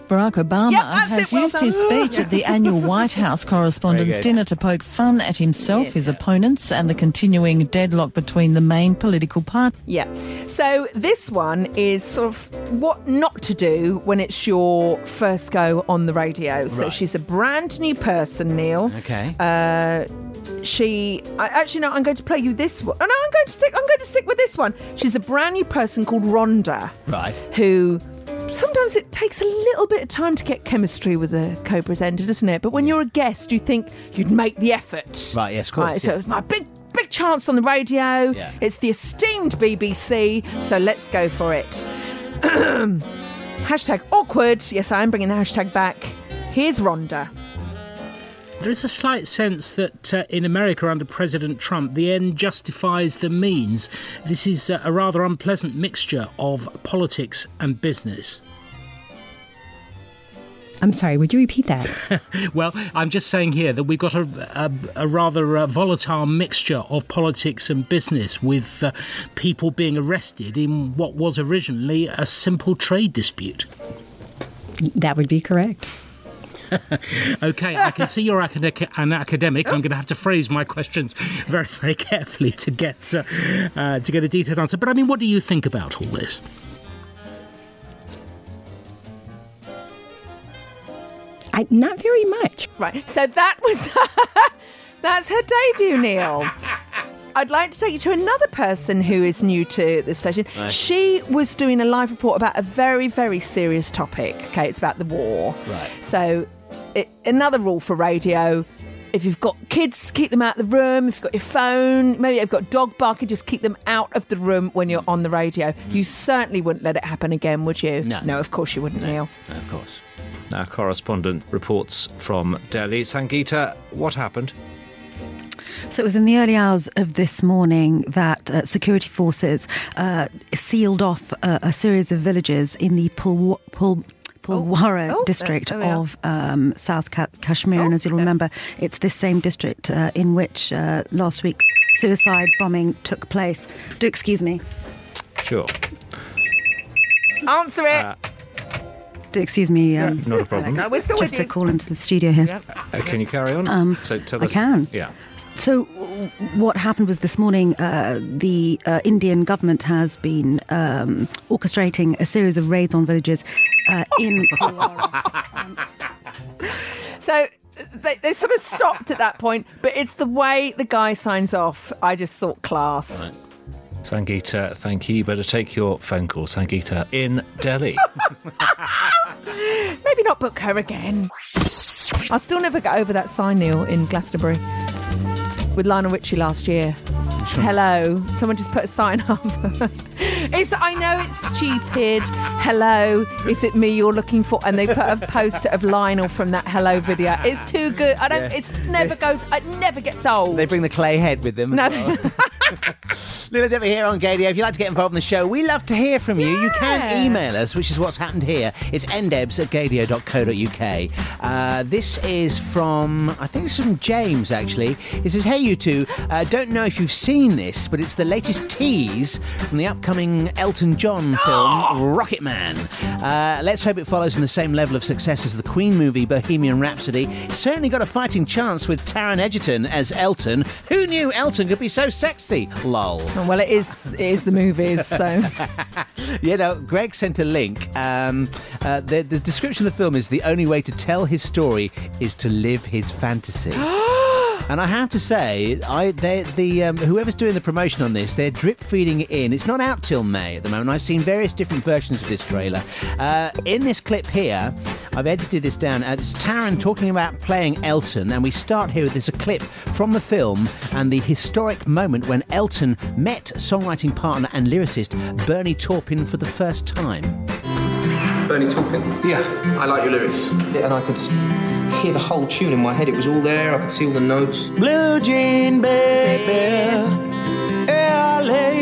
[SPEAKER 15] Barack Obama
[SPEAKER 12] Yeah, that's it,
[SPEAKER 15] has
[SPEAKER 12] well
[SPEAKER 15] used his
[SPEAKER 12] done.
[SPEAKER 15] speech at the annual White House Correspondents'
[SPEAKER 12] Very good.
[SPEAKER 15] Dinner to poke fun at himself,
[SPEAKER 3] Yes.
[SPEAKER 15] his opponents, and the continuing deadlock between the main political parties.
[SPEAKER 3] Yeah. So this one is sort of what not to do when it's your first go on the radio. So
[SPEAKER 12] Right.
[SPEAKER 3] she's a brand new person, Neil.
[SPEAKER 12] Okay.
[SPEAKER 3] Uh, she I, actually no. I'm going to play you this one. Oh, no, I'm going to stick. I'm going to stick with this one. She's a brand new person called Rhonda,
[SPEAKER 4] Right.
[SPEAKER 3] who. Sometimes it takes a little bit of time to get chemistry with a co-presenter, doesn't it? But when you're a guest, you think you'd make the effort.
[SPEAKER 4] Right. Yes. Of course.
[SPEAKER 3] Right,
[SPEAKER 4] yeah.
[SPEAKER 3] so it's my big, big chance on the radio.
[SPEAKER 4] Yeah.
[SPEAKER 3] It's the esteemed BBC, so let's go for it. hashtag awkward. Yes, I am bringing the hashtag back. Here's Rhonda.
[SPEAKER 16] There is a slight sense that uh, in America under President Trump, the end justifies the means. This is uh, a rather unpleasant mixture of politics and business.
[SPEAKER 12] I'm sorry, would you repeat that?
[SPEAKER 16] Well, I'm just saying here that we've got a, a, a rather uh, volatile mixture of politics and business with uh, people being arrested in what was originally a simple trade dispute.
[SPEAKER 12] that would be correct.
[SPEAKER 16] okay, I can see you're academic, an academic. I'm going to have to phrase my questions very, very carefully to get uh, uh, to get a detailed answer. But I mean, what do you think about all this?
[SPEAKER 12] I, not very much.
[SPEAKER 3] Right. So that was that's her debut, Neil. I'd like to take you to another person who is new to the station.
[SPEAKER 13] Right.
[SPEAKER 3] She was doing a live report about a very, very serious topic. Okay, it's about the war.
[SPEAKER 13] Right.
[SPEAKER 3] So, it, another rule for radio. If you've got kids, keep them out of the room. If you've got your phone, maybe you've got dog barking, just keep them out of the room when you're on the radio. You certainly wouldn't let it happen again, would you?
[SPEAKER 17] No.
[SPEAKER 3] No, of course you wouldn't, Neil.
[SPEAKER 17] Of course. Our correspondent reports from Delhi. Sangeeta, what happened?
[SPEAKER 18] So it was in the early hours of this morning that uh, security forces uh, sealed off uh, a series of villages in the Pul- Pul- Pulwara
[SPEAKER 19] oh,
[SPEAKER 18] district
[SPEAKER 19] there we are.
[SPEAKER 18] of um, South Ka- Kashmir. and as
[SPEAKER 8] Oh.
[SPEAKER 18] you'll remember, it's this same district uh, in which uh, last week's suicide bombing took place. Do excuse me.
[SPEAKER 17] Sure.
[SPEAKER 3] Answer it.
[SPEAKER 18] Do excuse me. Um,
[SPEAKER 17] Not a problem.
[SPEAKER 18] Alex,
[SPEAKER 17] No, we're still
[SPEAKER 18] just
[SPEAKER 17] with
[SPEAKER 18] to
[SPEAKER 17] you.
[SPEAKER 18] call into the studio here.
[SPEAKER 17] Uh, can you carry on?
[SPEAKER 18] Um,
[SPEAKER 17] so tell
[SPEAKER 18] I
[SPEAKER 17] us.
[SPEAKER 18] can.
[SPEAKER 17] Yeah.
[SPEAKER 18] So, w- what happened was this morning, uh, the uh, Indian government has been um, orchestrating a series of raids on villages uh, in.
[SPEAKER 3] So they, they sort of stopped at that point, but it's the way the guy signs off. I just thought class.
[SPEAKER 17] Sangeeta, thank you. You better take your phone call, Sangeeta, in Delhi.
[SPEAKER 3] Maybe not book her again. I'll still never get over that sign, Neil, in Glastonbury with Lionel Richie last year. Hello. Someone just put a sign up. it's I know it's stupid. Hello, is it me you're looking for? And they put a poster of Lionel from that hello video. It's too good. I don't.
[SPEAKER 13] Yeah.
[SPEAKER 3] It's never goes. It never gets old.
[SPEAKER 13] They bring the clay head with them. as
[SPEAKER 3] No.
[SPEAKER 13] well.
[SPEAKER 4] Lila Dever here on Gadio. If you'd like to get involved in the show, we love to hear from you. You can email us, which is what's happened here. It's ndebs at gadio.co.uk. Uh, this is from, I think it's from James, actually. He says, Hey, you two. Uh, don't know if you've seen this, but it's the latest tease from the upcoming Elton John film, Rocket Man. Uh, let's hope it follows on the same level of success as the Queen movie, Bohemian Rhapsody. It's certainly got a fighting chance with Taron Egerton as Elton. Who knew Elton could be so sexy? Lol.
[SPEAKER 3] Well, it is. It is the movies. So.
[SPEAKER 4] you know, Greg sent a link. Um, uh, the, the description of the film is the only way to tell his story is to live his fantasy. And I have to say, I they, the um, whoever's doing the promotion on this, they're drip feeding it in. It's not out till May at the moment. I've seen various different versions of this trailer. Uh, in this clip here, I've edited this down. Uh, it's Taron talking about playing Elton, and we start here with this a clip from the film and the historic moment when Elton met songwriting partner and lyricist Bernie Taupin for the first time.
[SPEAKER 20] Bernie Taupin. Yeah, I like your lyrics. Yeah, and I could s- hear the whole tune in my head. It was all there. I could see all the notes.
[SPEAKER 21] Blue jean baby, LA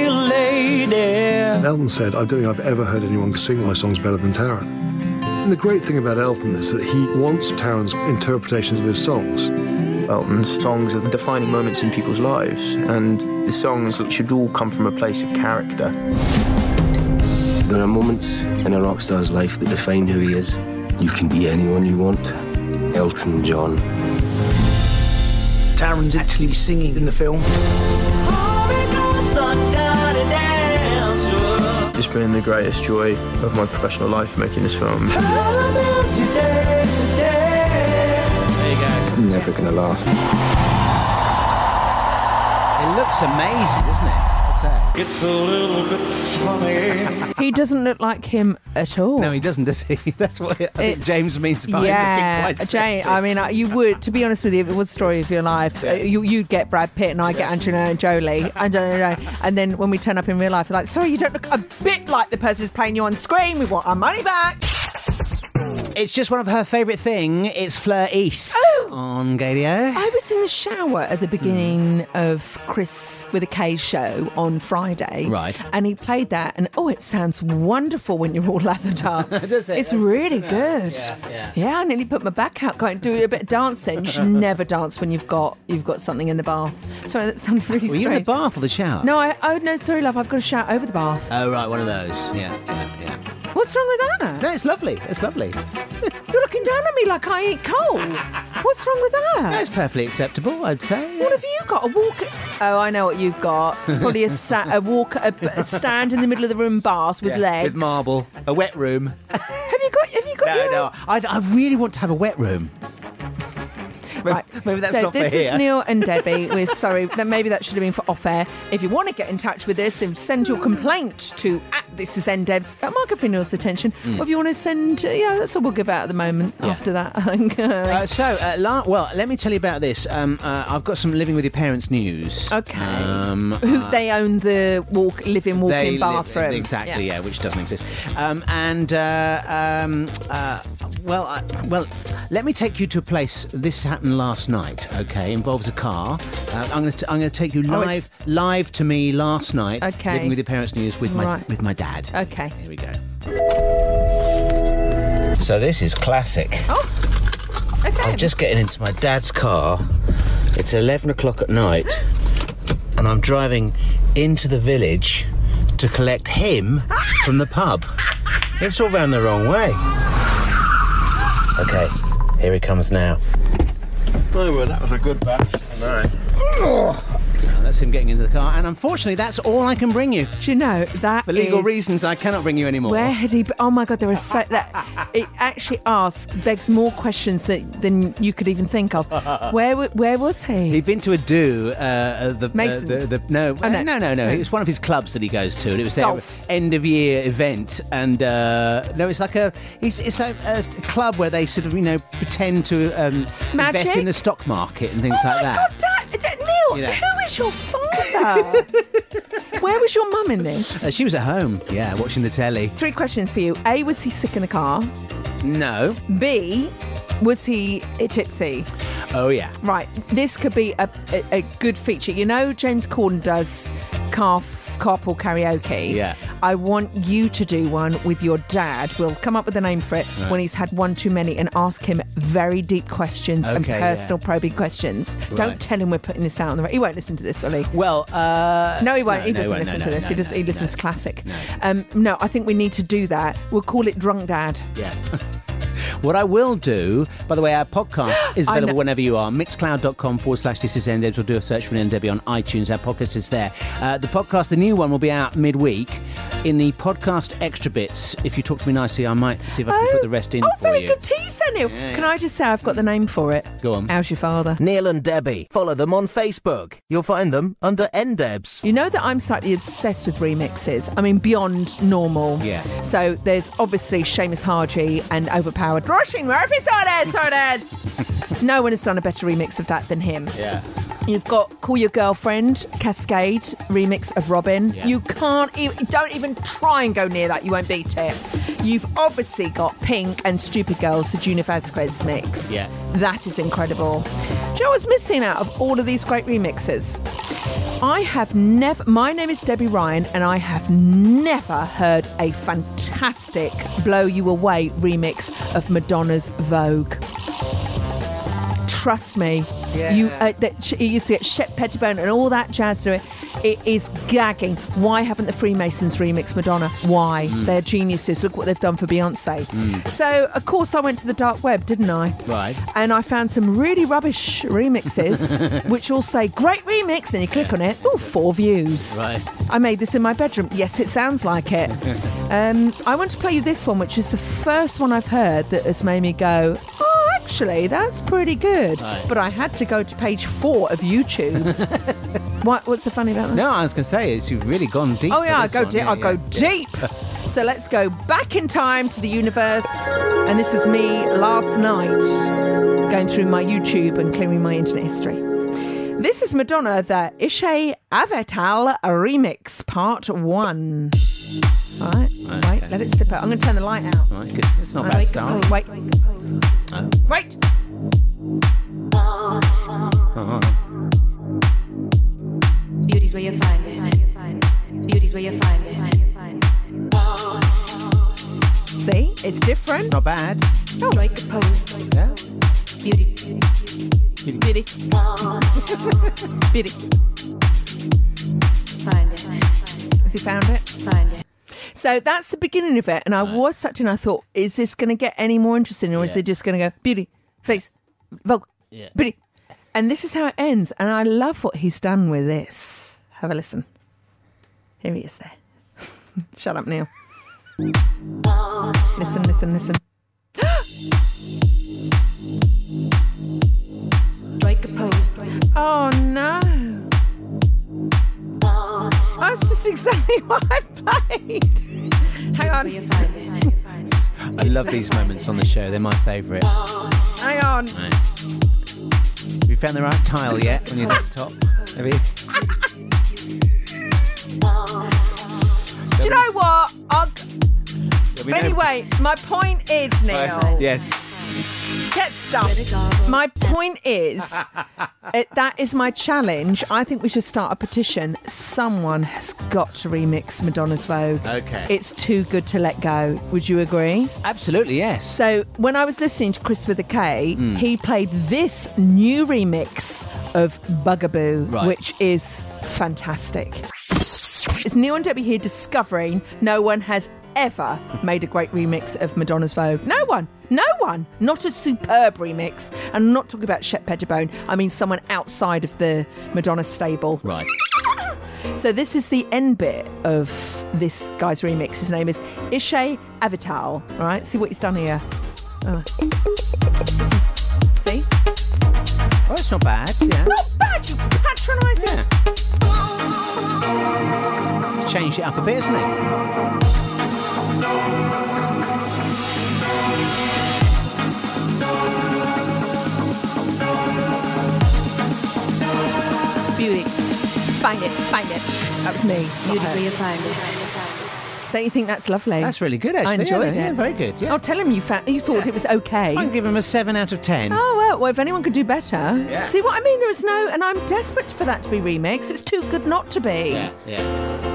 [SPEAKER 21] lady.
[SPEAKER 22] And Elton said, I don't think I've ever heard anyone sing my songs better than Taron. And the great thing about Elton is that he wants Taron's interpretations of his songs.
[SPEAKER 20] Elton's songs are the defining moments in people's lives, and the songs should all come from a place of character.
[SPEAKER 23] There are moments in a rock star's life that define who he is. You can be anyone you want. Elton John.
[SPEAKER 24] Taron's actually singing in the film.
[SPEAKER 20] It's been the greatest joy of my professional life making this film.
[SPEAKER 4] There you go.
[SPEAKER 23] It's never gonna last.
[SPEAKER 4] It looks amazing, doesn't it? To say.
[SPEAKER 22] It's a little bit funny.
[SPEAKER 3] He doesn't look like him at all.
[SPEAKER 4] No, he doesn't, does he? That's what I think
[SPEAKER 3] It's-
[SPEAKER 4] James means by
[SPEAKER 3] yeah,
[SPEAKER 4] looking quite
[SPEAKER 3] Jane. I mean, uh, you would, to be honest with you, if it was the story of your life, uh, you, you'd get Brad Pitt and I get Angelina Jolie, and, uh, and then when we turn up in real life, we're like, sorry, you don't look a bit like the person who's playing you on screen. We want our money back.
[SPEAKER 4] It's just one of her favourite thing. It's Fleur East
[SPEAKER 3] Oh!
[SPEAKER 4] on Gadio.
[SPEAKER 3] I was in the shower
[SPEAKER 4] Hmm.
[SPEAKER 3] at the beginning of Chris with a K show on Friday.
[SPEAKER 4] Right.
[SPEAKER 3] And he played that, and oh, it sounds wonderful when you're all lathered up.
[SPEAKER 4] Does it?
[SPEAKER 3] It's
[SPEAKER 4] That's-
[SPEAKER 3] really
[SPEAKER 4] yeah,
[SPEAKER 3] good.
[SPEAKER 4] yeah, yeah.
[SPEAKER 3] I nearly put my back out going do a bit of dancing. You should never dance when you've got you've got something in the bath. Sorry, that sounded really
[SPEAKER 4] Were you in the
[SPEAKER 3] strange.
[SPEAKER 4] bath or the shower?
[SPEAKER 3] No, I oh no, sorry, love. I've got a shower over the bath.
[SPEAKER 4] Oh right, one of those. Yeah, yeah, yeah.
[SPEAKER 3] What's wrong with that?
[SPEAKER 4] No, it's lovely. It's lovely.
[SPEAKER 3] You're looking down at me like I eat coal. What's wrong with that?
[SPEAKER 4] That's perfectly acceptable, I'd say.
[SPEAKER 3] What have you got? A walk? Oh, I know what you've got. Probably a, sta- a walk, a, a stand in the middle of the room bath with
[SPEAKER 4] Yeah,
[SPEAKER 3] legs.
[SPEAKER 4] With marble. A wet room.
[SPEAKER 3] Have you got? Have you got?
[SPEAKER 4] No,
[SPEAKER 3] your
[SPEAKER 4] no.
[SPEAKER 3] own-
[SPEAKER 4] I, I really want to have a wet room. Maybe,
[SPEAKER 3] Right.
[SPEAKER 4] maybe that's
[SPEAKER 3] so
[SPEAKER 4] not
[SPEAKER 3] this
[SPEAKER 4] for
[SPEAKER 3] is
[SPEAKER 4] here.
[SPEAKER 3] Neil and Debbie. We're sorry. That maybe that should have been for off air. If you want to get in touch with us and send your complaint to at this is ndevs at Market Final's attention,
[SPEAKER 4] Mm.
[SPEAKER 3] or if you want to send, uh, yeah, that's all we'll give out at the moment.
[SPEAKER 4] Yeah.
[SPEAKER 3] After that, I think.
[SPEAKER 4] Uh, so, uh, la- well, let me tell you about this. Um, uh, I've got some living with your parents news.
[SPEAKER 3] Okay.
[SPEAKER 4] Um,
[SPEAKER 3] Who
[SPEAKER 4] uh,
[SPEAKER 3] they own the walk, live-in,
[SPEAKER 4] they
[SPEAKER 3] walk-in
[SPEAKER 4] live-
[SPEAKER 3] bathroom.
[SPEAKER 4] exactly, yeah. which doesn't exist. Um, and uh, um, uh, well, uh, well, let me take you to a place. This happened last night. Okay, involves a car. Uh, I'm going to I'm going to take you
[SPEAKER 3] Oh,
[SPEAKER 4] live
[SPEAKER 3] it's-
[SPEAKER 4] live to me last night.
[SPEAKER 3] Okay.
[SPEAKER 4] living with your parents news with my
[SPEAKER 3] Right.
[SPEAKER 4] with my dad.
[SPEAKER 3] Okay.
[SPEAKER 4] Here we go. So this is classic. I'm just getting into my dad's car. It's 11 o'clock at night, and I'm driving into the village to collect him from the pub. It's all round the wrong way. Okay, here he comes now.
[SPEAKER 23] Oh, well, that was a good batch.
[SPEAKER 4] That's him getting into the car, and unfortunately, that's all I can bring you.
[SPEAKER 3] Do you know that
[SPEAKER 4] For legal
[SPEAKER 3] is-
[SPEAKER 4] reasons, I cannot bring you anymore.
[SPEAKER 3] Where had he? Be- oh my God, there are so that it actually asks, begs more questions than, than you could even think of. Where w- where was he?
[SPEAKER 4] He'd been to a do. Uh, uh, the, uh,
[SPEAKER 3] Masons.
[SPEAKER 4] the, the, no,
[SPEAKER 3] Oh,
[SPEAKER 4] uh,
[SPEAKER 3] no.
[SPEAKER 4] no, no, no,
[SPEAKER 3] No.
[SPEAKER 4] It was one of his clubs that he goes to, and it was their
[SPEAKER 3] Golf.
[SPEAKER 4] end of year event. And uh, no, it's like a it's, it's like a club where they sort of you know pretend to um,
[SPEAKER 3] Magic?
[SPEAKER 4] invest in the stock market and things
[SPEAKER 3] oh
[SPEAKER 4] like
[SPEAKER 3] my
[SPEAKER 4] that.
[SPEAKER 3] God, Dad, Dad- Neil,
[SPEAKER 4] You know.
[SPEAKER 3] who is your father? where was your mum in this?
[SPEAKER 4] Uh, she was at home, yeah, watching the telly.
[SPEAKER 3] Three questions for you. A, was he sick in the car?
[SPEAKER 4] No,
[SPEAKER 3] B, was he tipsy?
[SPEAKER 4] oh yeah,
[SPEAKER 3] Right, this could be a, a, a good feature. You know, James Corden does car, carpool karaoke.
[SPEAKER 4] Yeah.
[SPEAKER 3] I want you to do one with your dad. We'll come up with a name for it
[SPEAKER 4] Right.
[SPEAKER 3] when he's had one too many and ask him very deep questions and
[SPEAKER 4] Okay, yeah.
[SPEAKER 3] personal probing questions. Don't
[SPEAKER 4] Right.
[SPEAKER 3] tell him we're putting this out on the radio. He won't listen to this, will he?
[SPEAKER 4] Well, uh,
[SPEAKER 3] no, he won't.
[SPEAKER 4] no,
[SPEAKER 3] he
[SPEAKER 4] no,
[SPEAKER 3] doesn't
[SPEAKER 4] he won't.
[SPEAKER 3] listen
[SPEAKER 4] No,
[SPEAKER 3] to
[SPEAKER 4] no,
[SPEAKER 3] this. he
[SPEAKER 4] no,
[SPEAKER 3] does.
[SPEAKER 4] no,
[SPEAKER 3] he listens classic. No. Um, no, I think we need to do that. We'll call it Drunk Dad.
[SPEAKER 4] yeah. What I will do, by the way, our podcast is
[SPEAKER 3] I
[SPEAKER 4] available
[SPEAKER 3] know.
[SPEAKER 4] whenever you are. Mixcloud.com forward slash this is NDebs or do a search for NDebby on iTunes. Our podcast is there. Uh, the podcast, the new one, will be out midweek. In the podcast extra bits, if you talk to me nicely, I might see if I can put the rest in
[SPEAKER 3] Oh,
[SPEAKER 4] for
[SPEAKER 3] very
[SPEAKER 4] you.
[SPEAKER 3] good tease there, Neil.
[SPEAKER 4] Yeah,
[SPEAKER 3] Can
[SPEAKER 4] yeah.
[SPEAKER 3] I just say I've got the name for it?
[SPEAKER 4] Go on.
[SPEAKER 3] How's your father?
[SPEAKER 5] Neil and Debbie. Follow them on Facebook. You'll find them under NDebs.
[SPEAKER 3] You know that I'm slightly obsessed with remixes. I mean, beyond normal.
[SPEAKER 5] Yeah.
[SPEAKER 3] So there's obviously Seamus Harji and Overpowered Rushing Murphy Sardines, Sardines. no one has done a better remix of that than him.
[SPEAKER 4] Yeah.
[SPEAKER 3] You've got Call Your Girlfriend, Cascade remix of Robin.
[SPEAKER 4] Yeah.
[SPEAKER 3] You can't even, don't even try and go near that. You won't beat it. You've obviously got Pink and Stupid Girls, the Junior Vasquez mix.
[SPEAKER 4] Yeah.
[SPEAKER 3] That is incredible. Do you know what's missing out of all of these great remixes? I have never, my name is Debbie Ryan, and I have never heard a fantastic Blow You Away remix of Madonna's Vogue. Trust me.
[SPEAKER 1] Yeah.
[SPEAKER 3] You, uh, that sh- it used to get Shep Pettibone and all that jazz to it. It is gagging. Why haven't the Freemasons remixed Madonna? Why?
[SPEAKER 4] Mm.
[SPEAKER 3] They're geniuses. Look what they've done for Beyonce.
[SPEAKER 4] Mm.
[SPEAKER 3] So, of course, I went to the dark web, didn't I?
[SPEAKER 4] Right.
[SPEAKER 3] And I found some really rubbish remixes, which all say "great remix," and you click on it. Oh, four views.
[SPEAKER 4] Right.
[SPEAKER 3] I made this in my bedroom. Yes, it sounds like it. um, I want to play you this one, which is the first one I've heard that has made me go, "Oh, actually, that's pretty good."
[SPEAKER 4] Right.
[SPEAKER 3] But I had to go to page four of YouTube. what, what's so funny about that?
[SPEAKER 4] No, I was going to say, it's, you've really gone deep.
[SPEAKER 3] oh yeah, I
[SPEAKER 4] with this
[SPEAKER 3] go
[SPEAKER 4] one.
[SPEAKER 3] deep.
[SPEAKER 4] Yeah,
[SPEAKER 3] I go
[SPEAKER 4] yeah.
[SPEAKER 3] deep. so let's go back in time to the universe, and this is me last night going through my YouTube and clearing my internet history. This is Madonna, the Ishe Avetal remix, part one. All right, wait, let it slip out. I'm going to turn the light out.
[SPEAKER 4] All right, good. It's not a bad
[SPEAKER 3] Wait,
[SPEAKER 4] start.
[SPEAKER 3] oh, wait,
[SPEAKER 4] Oh.
[SPEAKER 3] wait.
[SPEAKER 4] Oh.
[SPEAKER 1] Beauty's where you find it. Beauty's where you find it.
[SPEAKER 3] See, it's different.
[SPEAKER 4] Not bad.
[SPEAKER 1] Strike a pose.
[SPEAKER 4] Yeah.
[SPEAKER 1] Beauty.
[SPEAKER 3] Biddy. Biddy.
[SPEAKER 1] Find it.
[SPEAKER 3] Has he found it?
[SPEAKER 1] Find it.
[SPEAKER 3] So that's the beginning of it. And I was sucked in. I thought, is this going to get any more interesting or is
[SPEAKER 1] Yeah.
[SPEAKER 3] it just going to go beauty, face, vogue,
[SPEAKER 1] Yeah.
[SPEAKER 3] beauty? And this is how it ends. And I love what he's done with this. Have a listen. Here he is there. Shut up, Neil. Listen, listen, listen.
[SPEAKER 1] Strike a pose.
[SPEAKER 3] Oh no. That's just exactly what I played. Hang on.
[SPEAKER 4] I love these moments on the show. They're my favourite.
[SPEAKER 3] Hang on.
[SPEAKER 4] Right. Have you found the right tile yet on your desktop? Have you?
[SPEAKER 3] Do you know what? I'll...
[SPEAKER 4] There'll be no-
[SPEAKER 3] Anyway, my point is, Neil.
[SPEAKER 4] Yes.
[SPEAKER 3] Get stuffed. My point is, it, that is my challenge. I think we should start a petition. Someone has got to remix Madonna's Vogue.
[SPEAKER 4] Okay.
[SPEAKER 3] It's too good to let go. Would you agree?
[SPEAKER 4] Absolutely, yes.
[SPEAKER 3] So when I was listening to Chris with a K,
[SPEAKER 4] Mm.
[SPEAKER 3] he played this new remix of Bugaboo,
[SPEAKER 4] Right.
[SPEAKER 3] which is fantastic. It's new on Debbie here discovering no one has ever made a great remix of Madonna's Vogue. No one. No one. Not a superb remix. And I'm not talking about Shep Pettibone. I mean someone outside of the Madonna stable.
[SPEAKER 4] Right.
[SPEAKER 3] So this is the end bit of this guy's remix. His name is Ishe Avital. All right, see what he's done here. Oh. See?
[SPEAKER 4] Oh, it's not bad. Yeah.
[SPEAKER 3] Not bad, you patronising.
[SPEAKER 4] It's changed it up a bit, isn't it?
[SPEAKER 3] Beauty. Find it, find it. That was me.
[SPEAKER 1] Beauty
[SPEAKER 3] not her.
[SPEAKER 1] where you find it.
[SPEAKER 3] Don't you think that's lovely?
[SPEAKER 4] That's really good, actually.
[SPEAKER 3] I enjoyed
[SPEAKER 4] yeah,
[SPEAKER 3] it.
[SPEAKER 4] Yeah, very good. Yeah.
[SPEAKER 3] I'll tell him you found, you thought it was okay.
[SPEAKER 4] I'd give him a 7 out of 10.
[SPEAKER 3] Oh well, well, if anyone could do better.
[SPEAKER 4] Yeah.
[SPEAKER 3] See what I mean? There is no, and I'm desperate for that to be remixed. It's too good not to be.
[SPEAKER 4] Yeah, yeah.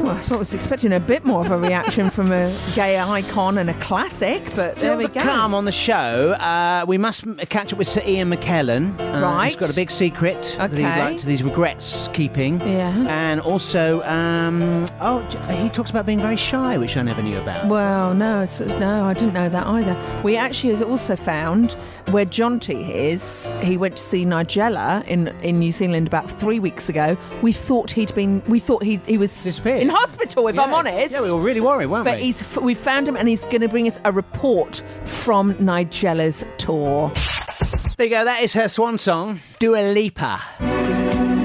[SPEAKER 3] Well, I sort of was expecting a bit more of a reaction from a gay icon and a classic, but there
[SPEAKER 4] Still
[SPEAKER 3] we
[SPEAKER 4] to
[SPEAKER 3] go.
[SPEAKER 4] come on the show, uh, we must m- catch up with Sir Ian McKellen. Uh,
[SPEAKER 3] Right.
[SPEAKER 4] He's got a big secret that he'd
[SPEAKER 3] Okay.
[SPEAKER 4] like to, these regrets keeping.
[SPEAKER 3] Yeah.
[SPEAKER 4] And also, um, oh, j- he talks about being very shy, which I never knew about.
[SPEAKER 3] Well, no, it's, no, I didn't know that either. We actually has also found where Jonty is. He went to see Nigella in, in New Zealand about three weeks ago. We thought he'd been, we thought he he was disappeared in hospital. If I'm
[SPEAKER 4] Yeah.
[SPEAKER 3] honest,
[SPEAKER 4] Yeah, we were really worried, weren't
[SPEAKER 3] but
[SPEAKER 4] we?
[SPEAKER 3] he's we found him, and he's going to bring us a report from Nigella's tour.
[SPEAKER 4] There you go, that is her swan song, Dua Lipa. Oh,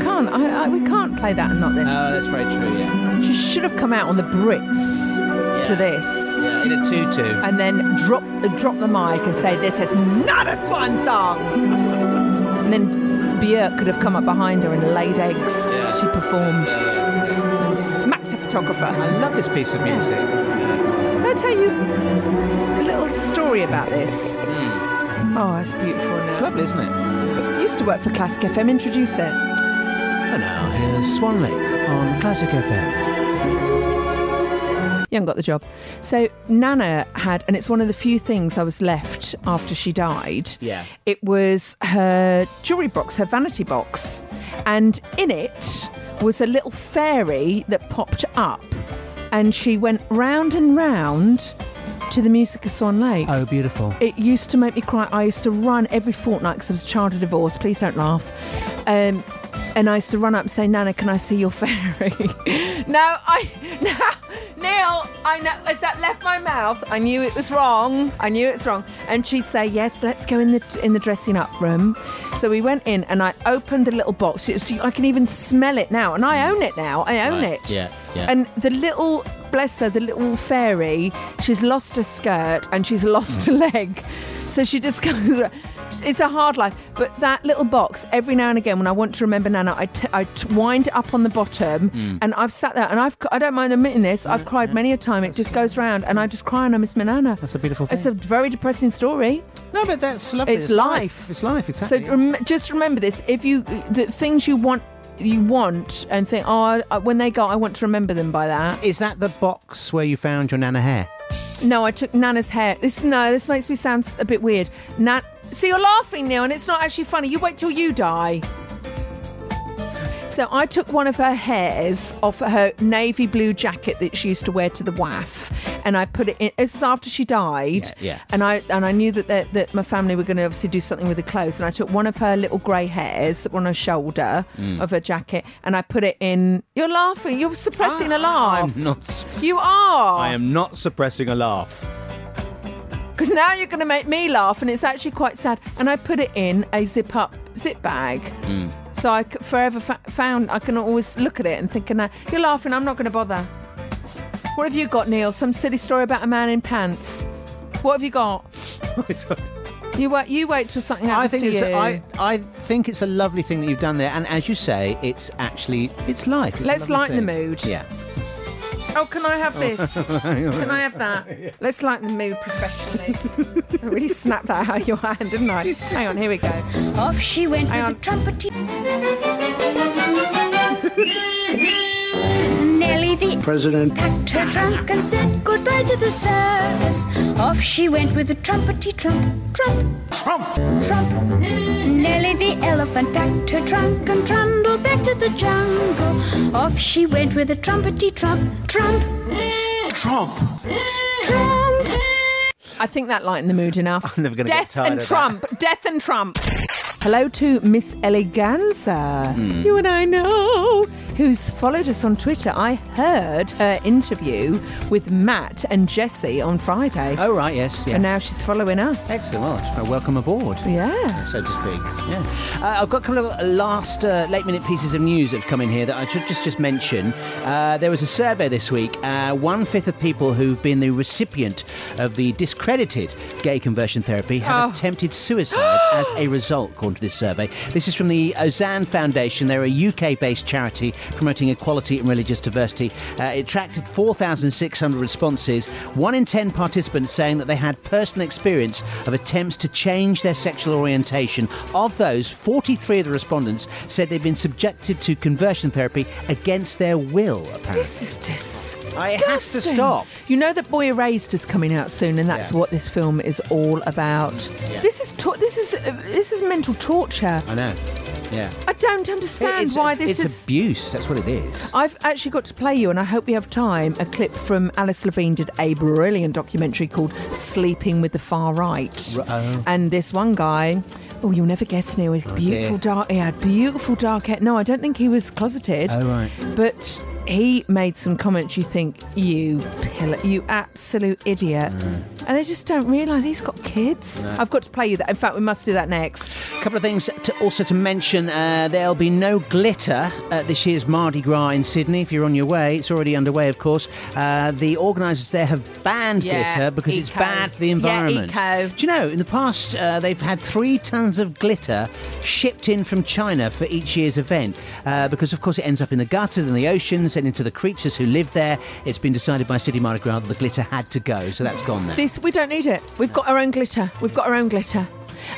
[SPEAKER 3] Can't I, I, we can't play that and not this.
[SPEAKER 4] Oh, that's very true, yeah.
[SPEAKER 3] She should have come out on the Brits to this.
[SPEAKER 4] Yeah, in a tutu.
[SPEAKER 3] And then drop drop the mic and say, This is not a swan song. And then Björk could have come up behind her and laid eggs. She performed and smacked a photographer.
[SPEAKER 4] I love this piece of music.
[SPEAKER 3] Can I tell you a little story about this? Oh, that's beautiful. Now. It's
[SPEAKER 4] lovely, isn't it?
[SPEAKER 3] Used to work for Classic FM. Introduce it.
[SPEAKER 4] And now here's Swan Lake on Classic FM.
[SPEAKER 3] You haven't got the job. So Nana had, and it's one of the few things I was left after she died.
[SPEAKER 4] Yeah.
[SPEAKER 3] It was her jewelry box, her vanity box, and in it was a little fairy that popped up, and she went round and round to the music of Swan Lake.
[SPEAKER 4] Oh, beautiful.
[SPEAKER 3] It used to make me cry. I used to run every fortnight because I was a child of divorce. Please don't laugh. Um, and I used to run up and say, Nana, can I see your fairy? no, I. No, Neil, I know. As that left my mouth, I knew it was wrong. I knew it was wrong. And she'd say, Yes, let's go in the in the dressing up room. So we went in and I opened the little box. It was- I can even smell it now. And I own it now. I own
[SPEAKER 4] Right,
[SPEAKER 3] it.
[SPEAKER 4] yeah, yeah.
[SPEAKER 3] And the little, bless her, the little fairy, she's lost her skirt and she's lost a leg. So she just goes, It's a hard life, but that little box, every now and again, when I want to remember Nana, I, t- I t- wind it up on the bottom,
[SPEAKER 6] Mm.
[SPEAKER 3] and I've sat there, and I've c- I don't mind admitting this, I've cried many a time. It just goes round, and I just cry and I miss my Nana. That's
[SPEAKER 4] a beautiful.
[SPEAKER 3] It's a very depressing story.
[SPEAKER 4] No, but that's lovely.
[SPEAKER 3] It's,
[SPEAKER 4] It's
[SPEAKER 3] life.
[SPEAKER 4] life. It's life, exactly,
[SPEAKER 3] So rem- just remember this: if you the things you want, you want, and think, oh, I- I, when they go, I want to remember them by that.
[SPEAKER 4] Is that the box where you found your nana hair?
[SPEAKER 3] No, I took Nana's hair. This no, this makes me sound s- a bit weird. Nan, see, you're laughing now, and it's not actually funny. You wait till you die. So I took one of her hairs off her navy blue jacket that she used to wear to the WAF, and I put it in. This is after she died.
[SPEAKER 7] yeah.
[SPEAKER 3] And I and I knew that that, that my family were going to obviously do something with the clothes, and I took one of her little grey hairs that were on her shoulder
[SPEAKER 4] Mm.
[SPEAKER 3] of her jacket, and I put it in. You're laughing. You're suppressing a laugh.
[SPEAKER 4] I'm not.
[SPEAKER 3] You are.
[SPEAKER 4] Ah. I am not suppressing a laugh.
[SPEAKER 3] Because now you're going to make me laugh, and it's actually quite sad. And I put it in a zip up zip bag. So I c- forever fa- found I can always look at it and think, "Nah, you're laughing, I'm not going to bother. What have you got, Neil? Some silly story about a man in pants. What have you got? you, wait, you wait till something
[SPEAKER 4] I
[SPEAKER 3] happens
[SPEAKER 4] think
[SPEAKER 3] to
[SPEAKER 4] it's
[SPEAKER 3] you.
[SPEAKER 4] I, I think it's a lovely thing that you've done there, and as you say, it's actually it's life. It's a
[SPEAKER 3] Let's
[SPEAKER 4] lovely
[SPEAKER 3] lighten the
[SPEAKER 4] thing.
[SPEAKER 3] mood.
[SPEAKER 4] Yeah.
[SPEAKER 3] Oh, can I have this? Can I have that? Let's lighten the mood professionally. I really snapped that out of your hand, didn't I? Hang on, here we go.
[SPEAKER 2] Off she went
[SPEAKER 3] Hang on.
[SPEAKER 2] with the trumpety. Nellie the
[SPEAKER 24] President.
[SPEAKER 2] packed her trunk and said goodbye to the circus. Off she went with the trumpety trump, trump, trump, trump. Nellie the elephant packed her trunk and trundled back to the jungle. Off she went with the trumpety trump, trump,
[SPEAKER 24] Trump.
[SPEAKER 2] trump.
[SPEAKER 3] I think that lightened the mood enough.
[SPEAKER 4] I'm never going to get
[SPEAKER 3] Death
[SPEAKER 4] tired
[SPEAKER 3] and
[SPEAKER 4] of
[SPEAKER 3] Trump. Death and Trump. Hello to Miss Eleganza.
[SPEAKER 4] Hmm.
[SPEAKER 3] You and I know who's followed us on Twitter. I heard her interview with Matt and Jesse on Friday.
[SPEAKER 4] Oh right, yes, yeah.
[SPEAKER 3] And now she's following us.
[SPEAKER 4] Excellent. Well, welcome aboard.
[SPEAKER 3] Yeah.
[SPEAKER 4] So to speak. Yeah. Uh, I've got a couple of last uh, late minute pieces of news that have come in here that I should just, just mention. Uh, there was a survey this week. Uh, one fifth of people who've been the recipient of the discredited gay conversion therapy have attempted suicide as a result, according to this survey. This is from the Ozan Foundation. They're a UK based charity promoting equality and religious diversity. Uh, it attracted 4,600 responses, one in 10 participants saying that they had personal experience of attempts to change their sexual orientation. Of those, 43 of the respondents said they'd been subjected to conversion therapy against their will, apparently.
[SPEAKER 3] This is disgusting.
[SPEAKER 4] It has to stop.
[SPEAKER 3] You know that Boy Erased is coming out soon, and that's
[SPEAKER 4] Yeah.
[SPEAKER 3] what this film is all about.
[SPEAKER 4] yeah.
[SPEAKER 3] This is to- this is uh, this is mental torture.
[SPEAKER 4] I know. Yeah.
[SPEAKER 3] I don't understand
[SPEAKER 4] It's-
[SPEAKER 3] why this
[SPEAKER 4] it's
[SPEAKER 3] is.
[SPEAKER 4] abuse. That's what it is.
[SPEAKER 3] I've actually got to play you, and I hope we have time, a clip from Alice Levine did a brilliant documentary called Sleeping with the Far Right.
[SPEAKER 4] R- oh.
[SPEAKER 3] And this one guy, oh, you'll never guess now, with beautiful dark, he had beautiful dark hair. No, I don't think he was closeted.
[SPEAKER 4] Oh, right.
[SPEAKER 3] But he made some comments you think, you pill- you absolute idiot. And they just don't realise he's got kids.
[SPEAKER 4] Mm. No.
[SPEAKER 3] I've got to play you that. In fact, we must do that next.
[SPEAKER 4] couple of things to, also to mention. Uh, there'll be no glitter at this year's Mardi Gras in Sydney. If you're on your way, it's already underway, of course. Uh, the organisers there have banned
[SPEAKER 3] Yeah,
[SPEAKER 4] glitter because it's
[SPEAKER 3] eco.
[SPEAKER 4] bad for the
[SPEAKER 3] Yeah,
[SPEAKER 4] environment.
[SPEAKER 3] eco.
[SPEAKER 4] Do you know, in the past, uh, they've had three tons of glitter shipped in from China for each year's event uh, because, of course, it ends up in the gutter, in the oceans, and into the creatures who live there. It's been decided by City Mardi Gras that the glitter had to go, so that's gone now.
[SPEAKER 3] This we don't need it. We've got our own glitter. We've got our own glitter.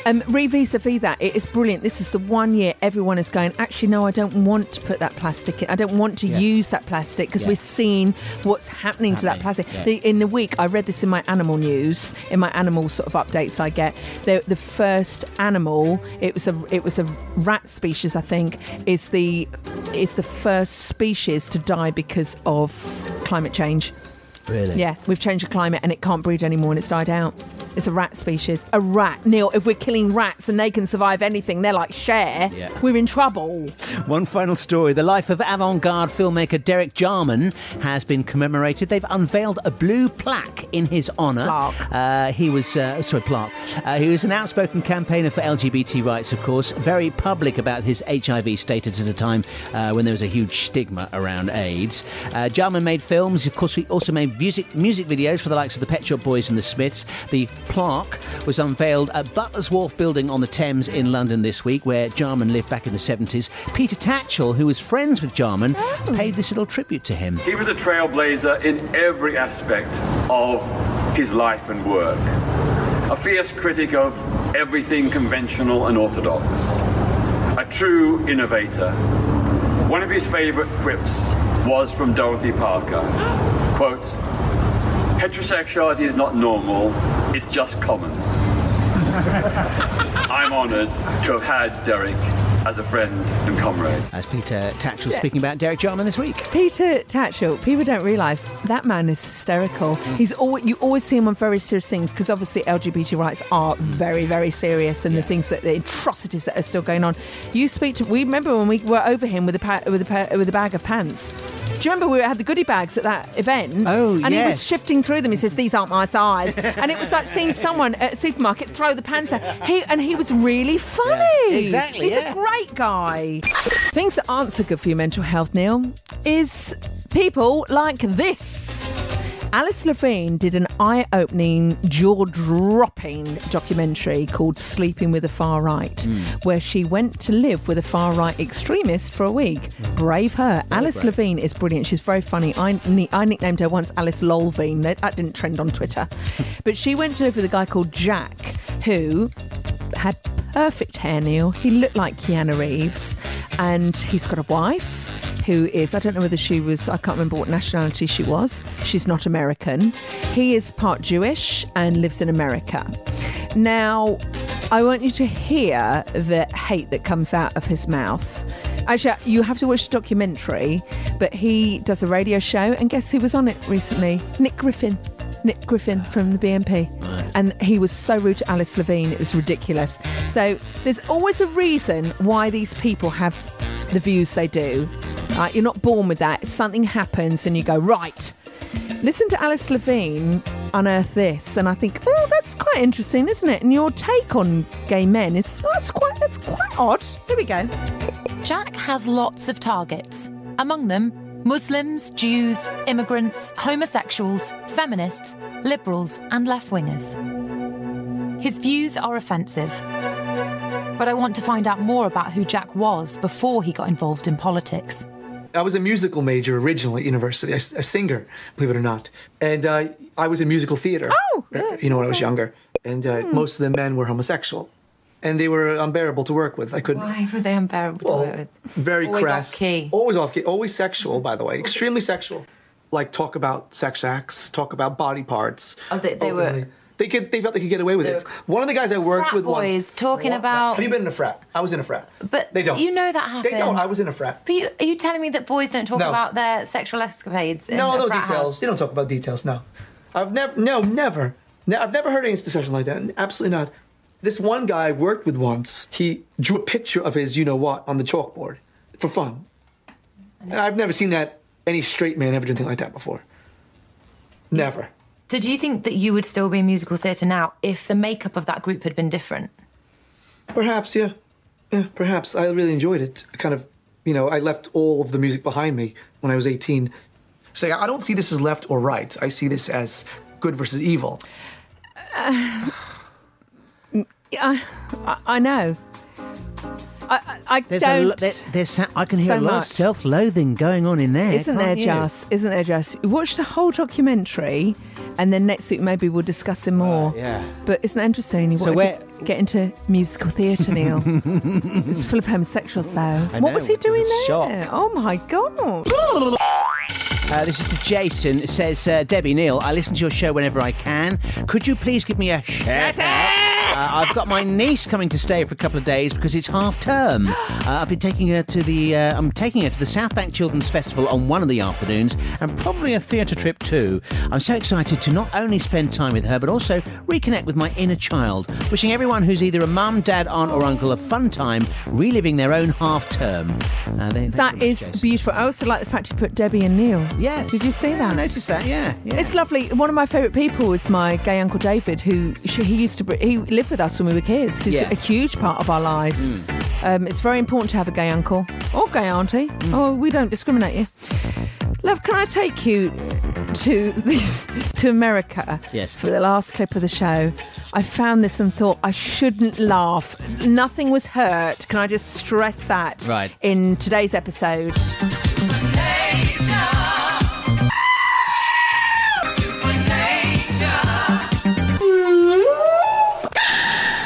[SPEAKER 3] Um, re vis a vis that it is brilliant. This is the one year everyone is going. Actually, no, I don't want to put that plastic. in. I don't want to
[SPEAKER 6] Yeah.
[SPEAKER 3] use that plastic because
[SPEAKER 6] Yeah.
[SPEAKER 3] we're seeing what's happening to that
[SPEAKER 6] Happening,
[SPEAKER 3] plastic.
[SPEAKER 6] yeah.
[SPEAKER 3] The, in the week, I read this in my animal news, in my animal sort of updates I get. The, the first animal, it was a it was a rat species, I think, is the is the first species to die because of climate change.
[SPEAKER 4] Really?
[SPEAKER 3] Yeah, we've changed the climate and it can't breed anymore and it's died out. It's a rat species. A rat. Neil, if we're killing rats and they can survive anything, they're like share.
[SPEAKER 4] Yeah.
[SPEAKER 3] We're in trouble.
[SPEAKER 4] One final story. The life of avant garde filmmaker Derek Jarman has been commemorated. They've unveiled a blue plaque in his honour. Uh, he was, uh, sorry, Clark. Uh, he was an outspoken campaigner for LGBT rights, of course, very public about his HIV status at a time uh, when there was a huge stigma around AIDS. Uh, Jarman made films. Of course, he also made music, music videos for the likes of the Pet Shop Boys and the Smiths. The plaque was unveiled at Butler's Wharf building on the Thames in London this week, where Jarman lived back in the 70s. Peter Tatchell, who was friends with Jarman, paid this little tribute to him.
[SPEAKER 6] He was a trailblazer in every aspect of his life and work. A fierce critic of everything conventional and orthodox. A true innovator. One of his favorite quips was from Dorothy Parker. Quote, heterosexuality is not normal, it's just common. I'm honored to have had Derek as a friend and comrade.
[SPEAKER 4] As Peter Tatchell speaking about Derek Jarman this week.
[SPEAKER 3] Peter Tatchell, people don't realise that man is hysterical. He's always, you always see him on very serious things because obviously LGBT rights are very, very serious and the things that the atrocities that are still going on. You speak to we remember when we were over him with a pa- with a pa- with a bag of pants. Do you remember we had the goodie bags at that event?
[SPEAKER 4] Oh,
[SPEAKER 3] and he was
[SPEAKER 4] yes.
[SPEAKER 3] shifting through them. He says, "These aren't my size," and it was like seeing someone at a supermarket throw the pants. Out. He and he was really funny.
[SPEAKER 4] Exactly,
[SPEAKER 3] He's
[SPEAKER 4] yeah.
[SPEAKER 3] a great guy. Things that aren't so good for your mental health, Neil, is people like this. Alice Levine did an eye opening, jaw dropping documentary called Sleeping with the Far Right,
[SPEAKER 7] Mm.
[SPEAKER 3] where she went to live with a far right extremist for a week. Brave her. Alice
[SPEAKER 7] brave.
[SPEAKER 3] Levine is brilliant. She's very funny. I, ni- I nicknamed her once Alice Lolvine. That, that didn't trend on Twitter. but she went to live with a guy called Jack, who had perfect hair, Neil. He looked like Keanu Reeves. And he's got a wife who is, I don't know whether she was, I can't remember what nationality she was. She's not American. He is part Jewish and lives in America. Now, I want you to hear the hate that comes out of his mouth. Actually, you have to watch the documentary, but he does a radio show, and guess who was on it recently? Nick Griffin. Nick Griffin from the BNP. And he was so rude to Alice Levine, it was ridiculous. So there's always a reason why these people have the views they do. Right? You're not born with that. Something happens and you go, right. Listen to Alice Levine unearth this, and I think, oh, that's quite interesting, isn't it? And your take on gay men is "Oh, that's quite that's quite odd. Here we go.
[SPEAKER 8] Jack has lots of targets. Among them, Muslims, Jews, immigrants, homosexuals, feminists, liberals, and left wingers. His views are offensive. But I want to find out more about who Jack was before he got involved in politics.
[SPEAKER 24] I was a musical major originally at university, a, a singer, believe it or not. And uh, I was in musical theater. Oh! You know, when I was younger. And uh,
[SPEAKER 8] Hmm.
[SPEAKER 24] most of the men were homosexual. And they were unbearable to work with. I couldn't.
[SPEAKER 8] Why were they unbearable to work with?
[SPEAKER 24] Very
[SPEAKER 8] Always
[SPEAKER 24] crass.
[SPEAKER 8] off key. Mm-hmm.
[SPEAKER 24] Always off key. Always sexual, by the way. Extremely sexual. Like, talk about sex acts, talk about body parts.
[SPEAKER 8] Oh, they- they were-
[SPEAKER 24] openly. They, could, they felt they could get away with it. One of the guys I worked
[SPEAKER 8] Frat
[SPEAKER 24] with once-
[SPEAKER 8] boys talking
[SPEAKER 24] What?
[SPEAKER 8] about-
[SPEAKER 24] Have you been in a frat? I was in a frat. But they don't.
[SPEAKER 8] You know that happens.
[SPEAKER 24] They don't. I was in a frat.
[SPEAKER 8] But you, are you telling me that boys don't talk
[SPEAKER 24] No.
[SPEAKER 8] about their sexual escapades? In
[SPEAKER 24] No,
[SPEAKER 8] a
[SPEAKER 24] no
[SPEAKER 8] frat
[SPEAKER 24] details.
[SPEAKER 8] house?
[SPEAKER 24] They don't talk about details. No, I've never. No, never. No, I've never heard any discussion like that. Absolutely not. This one guy I worked with once. He drew a picture of his, you know what, on the chalkboard for fun. And I've never seen that any straight man ever do anything like that before. Never.
[SPEAKER 8] So, do you think that you would still be in musical theatre now if the makeup of that group had been different?
[SPEAKER 24] Perhaps, yeah. Yeah, perhaps. I really enjoyed it. I kind of, you know, I left all of the music behind me when I was 18. So I don't see this as left or right. I see this as good versus evil.
[SPEAKER 3] Yeah, I, I know. I, I, I
[SPEAKER 4] There's a
[SPEAKER 3] don't.
[SPEAKER 4] lo- there- there's sa- I can hear a
[SPEAKER 3] so
[SPEAKER 4] lot
[SPEAKER 3] much.
[SPEAKER 4] of self-loathing going on in there.
[SPEAKER 3] Isn't
[SPEAKER 4] can't
[SPEAKER 3] there
[SPEAKER 4] you?
[SPEAKER 3] just? Isn't there just? Watch the whole documentary, and then next week maybe we'll discuss it more.
[SPEAKER 4] yeah.
[SPEAKER 3] But isn't that interesting? You
[SPEAKER 4] So
[SPEAKER 3] wanted to get into musical theatre, Neil. it's full of homosexuals, though. what was he doing there? Oh my god!
[SPEAKER 4] Uh, this is to Jason. It says, uh, Debbie Neil, I listen to your show whenever I can. Could you please give me a shout out? Uh, I've got my niece coming to stay for a couple of days because it's half term. Uh, I've been taking her to the uh, I'm taking her to the South Bank Children's Festival on one of the afternoons and probably a theatre trip too. I'm so excited to not only spend time with her but also reconnect with my inner child. Wishing everyone who's either a mum, dad, aunt, or uncle a fun time reliving their own half term. Uh, they,
[SPEAKER 3] That is beautiful. I also like the fact you put Debbie and Neil.
[SPEAKER 4] Yes.
[SPEAKER 3] Did you see that? I
[SPEAKER 4] noticed that. Yeah.
[SPEAKER 3] It's lovely. One of my favourite people is my gay uncle David, who sh- he used to br- he lived with us when we were kids. He's
[SPEAKER 4] Yeah. Mm.
[SPEAKER 3] a huge part of our lives. Um, it's very important to have a gay uncle or gay auntie. Oh, we don't discriminate you. Love, can I take you to these to America?
[SPEAKER 4] Yes.
[SPEAKER 3] For the last clip of the show, I found this and thought I shouldn't laugh. Nothing was hurt. Can I just stress that?
[SPEAKER 4] Right.
[SPEAKER 3] In today's episode.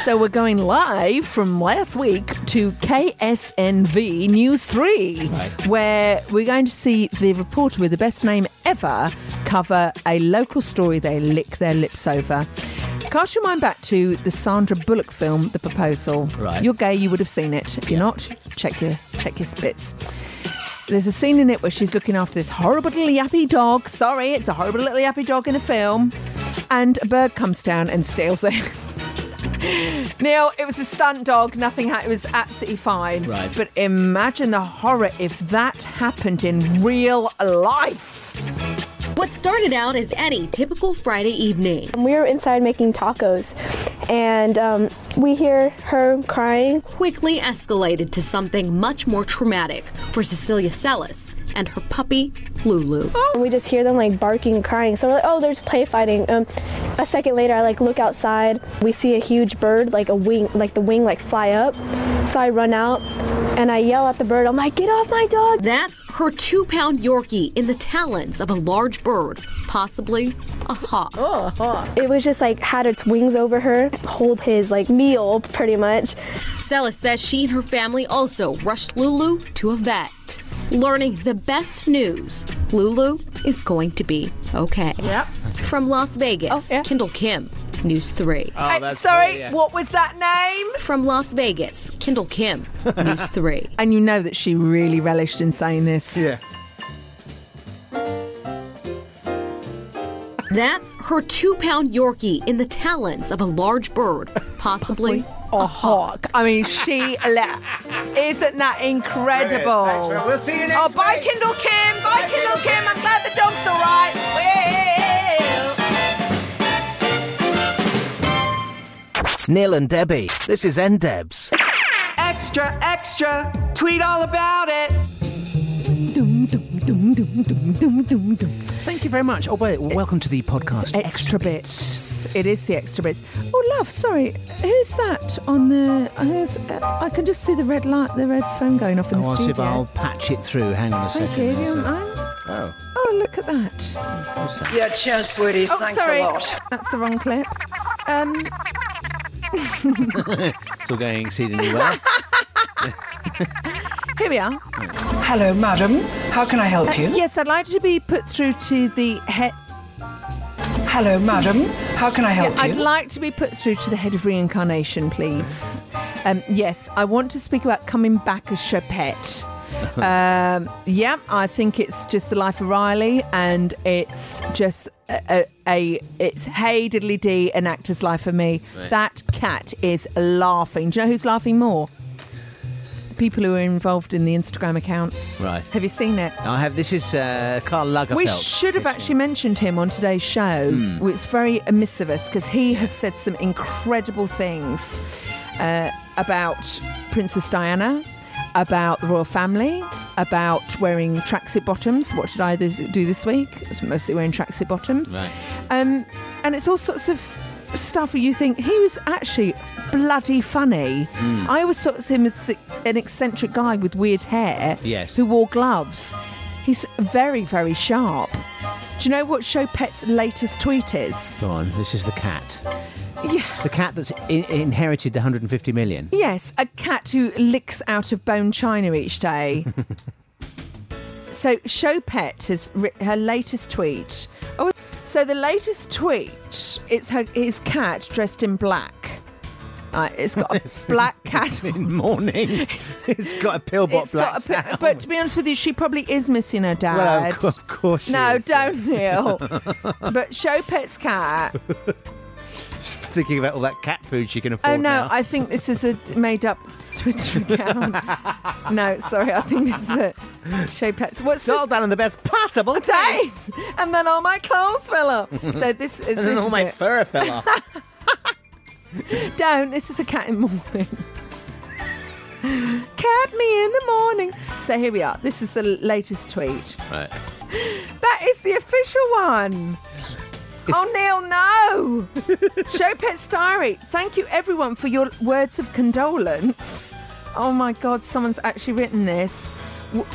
[SPEAKER 3] So we're going live from last week to KSNV News 3, where we're going to see the reporter with the best name ever cover a local story they lick their lips over. Cast your mind back to the Sandra Bullock film, The Proposal.
[SPEAKER 4] Right.
[SPEAKER 3] You're gay, you would have seen it. If you're not, check your check your spits. There's a scene in it where she's looking after this horrible little yappy dog. Sorry, it's a horrible little yappy dog in the film. And a bird comes down and steals it. Neil, it was a stunt dog. Nothing happened. It was absolutely fine.
[SPEAKER 4] Right.
[SPEAKER 3] But imagine the horror if that happened in real life.
[SPEAKER 7] What started out as any typical Friday evening.
[SPEAKER 9] We were inside making tacos, and um, we hear her crying.
[SPEAKER 7] Quickly escalated to something much more traumatic for Cecilia Sellis and her puppy, Lulu.
[SPEAKER 9] And we just hear them like barking, crying. So we're like, oh, there's play fighting. Um, a second later, I like look outside. We see a huge bird, like a wing, like the wing, like fly up. So I run out and I yell at the bird. I'm like, get off my dog!
[SPEAKER 7] That's her two pound Yorkie in the talons of a large bird, possibly a hawk.
[SPEAKER 9] It was just like had its wings over her, hold his like meal pretty much.
[SPEAKER 7] Sellis says she and her family also rushed Lulu to a vet. Learning the best news Lulu is going to be okay. Yep. From Las Vegas,
[SPEAKER 15] Oh,
[SPEAKER 7] Kendall Kim, News 3.
[SPEAKER 3] Uh, that's sorry, great, yeah. what was that name?
[SPEAKER 7] From Las Vegas, Kendall Kim, News 3.
[SPEAKER 3] And you know that she really relished in saying this.
[SPEAKER 4] Yeah.
[SPEAKER 7] That's her two pound Yorkie in the talons of a large bird, possibly.
[SPEAKER 3] A hawk. I mean, she let. Isn't that incredible?
[SPEAKER 7] Brilliant. Thanks, Will. We'll see you next
[SPEAKER 3] Oh, bye,
[SPEAKER 7] week.
[SPEAKER 3] Kindle Kim. Bye, Kindle Kim. I'm glad the dog's all right. Well.
[SPEAKER 5] Neil and Debbie, this is NDebs.
[SPEAKER 10] Extra, extra! Tweet all about it!
[SPEAKER 4] Thank you very much. Oh, wait, well, welcome to the podcast.
[SPEAKER 3] Extra, bits. It is the extra bits. Oh, love, sorry. Who's that on the? Who's? Uh, I can just see the red light, the red phone going off in
[SPEAKER 4] Oh,
[SPEAKER 3] the
[SPEAKER 4] I'll see
[SPEAKER 3] studio.
[SPEAKER 4] if I'll patch it through. Hang on a
[SPEAKER 3] Thank
[SPEAKER 4] second.
[SPEAKER 3] you.
[SPEAKER 4] Is
[SPEAKER 3] Do you
[SPEAKER 4] it-
[SPEAKER 3] mind?
[SPEAKER 4] Oh.
[SPEAKER 3] Oh, look at that.
[SPEAKER 19] Yeah, cheers, sweeties.
[SPEAKER 3] Oh,
[SPEAKER 19] Thanks
[SPEAKER 3] sorry.
[SPEAKER 19] a lot.
[SPEAKER 3] That's the wrong clip. Um,
[SPEAKER 4] it's all going exceedingly well.
[SPEAKER 3] here we are.
[SPEAKER 19] Hello, madam. How can I help
[SPEAKER 3] Uh,
[SPEAKER 19] you?
[SPEAKER 3] yes, I'd like to be put through to the head.
[SPEAKER 19] Hello, madam. How can I help
[SPEAKER 3] yeah,
[SPEAKER 19] you?
[SPEAKER 3] I'd like to be put through to the head of reincarnation, please. Um, yes, I want to speak about coming back as Chopette.
[SPEAKER 19] Uh-huh.
[SPEAKER 3] um, yeah, I think it's just the life of Riley, and it's just a, a, a it's hey diddly dee, an actor's life for me.
[SPEAKER 25] Right.
[SPEAKER 3] That cat is laughing. Do you know who's laughing more? The people who are involved in the Instagram account.
[SPEAKER 4] Right.
[SPEAKER 3] Have you seen it?
[SPEAKER 4] I have. This is uh, Karl Lagerfeld.
[SPEAKER 3] We should have actually mentioned him on today's show.
[SPEAKER 4] Hmm.
[SPEAKER 3] It's very amiss of us because he has said some incredible things uh, about Princess Diana, about the royal family, about wearing tracksuit bottoms. What should I this, do this week? It's mostly wearing tracksuit bottoms.
[SPEAKER 4] Right.
[SPEAKER 3] Um, and it's all sorts of stuff where you think he was actually bloody funny.
[SPEAKER 4] Mm.
[SPEAKER 3] I always thought of him as an eccentric guy with weird hair
[SPEAKER 4] Yes.
[SPEAKER 3] who wore gloves. He's very, very sharp. Do you know what Chopet's latest tweet is?
[SPEAKER 4] Go on. This is the cat.
[SPEAKER 3] Yeah.
[SPEAKER 4] The cat that's in- inherited the 150 million.
[SPEAKER 3] Yes, a cat who licks out of bone china each day. so Chopet has writ her latest tweet. Oh, so the latest tweet it's her his cat dressed in black. Uh, it's got a black cat
[SPEAKER 4] in mourning. it's got a pillbox
[SPEAKER 3] It's
[SPEAKER 4] black
[SPEAKER 3] got a pi- but to be honest with you, she probably is missing her dad.
[SPEAKER 4] Well, of cou- of course she
[SPEAKER 3] No,
[SPEAKER 4] is,
[SPEAKER 3] don't, Neil. but Chopet's cat.
[SPEAKER 4] Just thinking about all that cat food she can afford
[SPEAKER 3] Oh no,
[SPEAKER 4] now.
[SPEAKER 3] I think this is a made-up Twitter account. no, sorry, I think this is a Chopet's. What's it's
[SPEAKER 4] all done in the best possible
[SPEAKER 3] taste. And then all my clothes fell up. So this is
[SPEAKER 4] And then
[SPEAKER 3] this
[SPEAKER 4] all
[SPEAKER 3] is
[SPEAKER 4] my
[SPEAKER 3] it.
[SPEAKER 4] fur fell off.
[SPEAKER 3] Don't. This is a cat in mourning. cat me in the morning. So here we are. This is the latest tweet.
[SPEAKER 4] Right.
[SPEAKER 3] That is the official one. Oh, Neil, Oh, no! Show Pets Diary, thank you everyone for your words of condolence. Oh my God, someone's actually written this. W-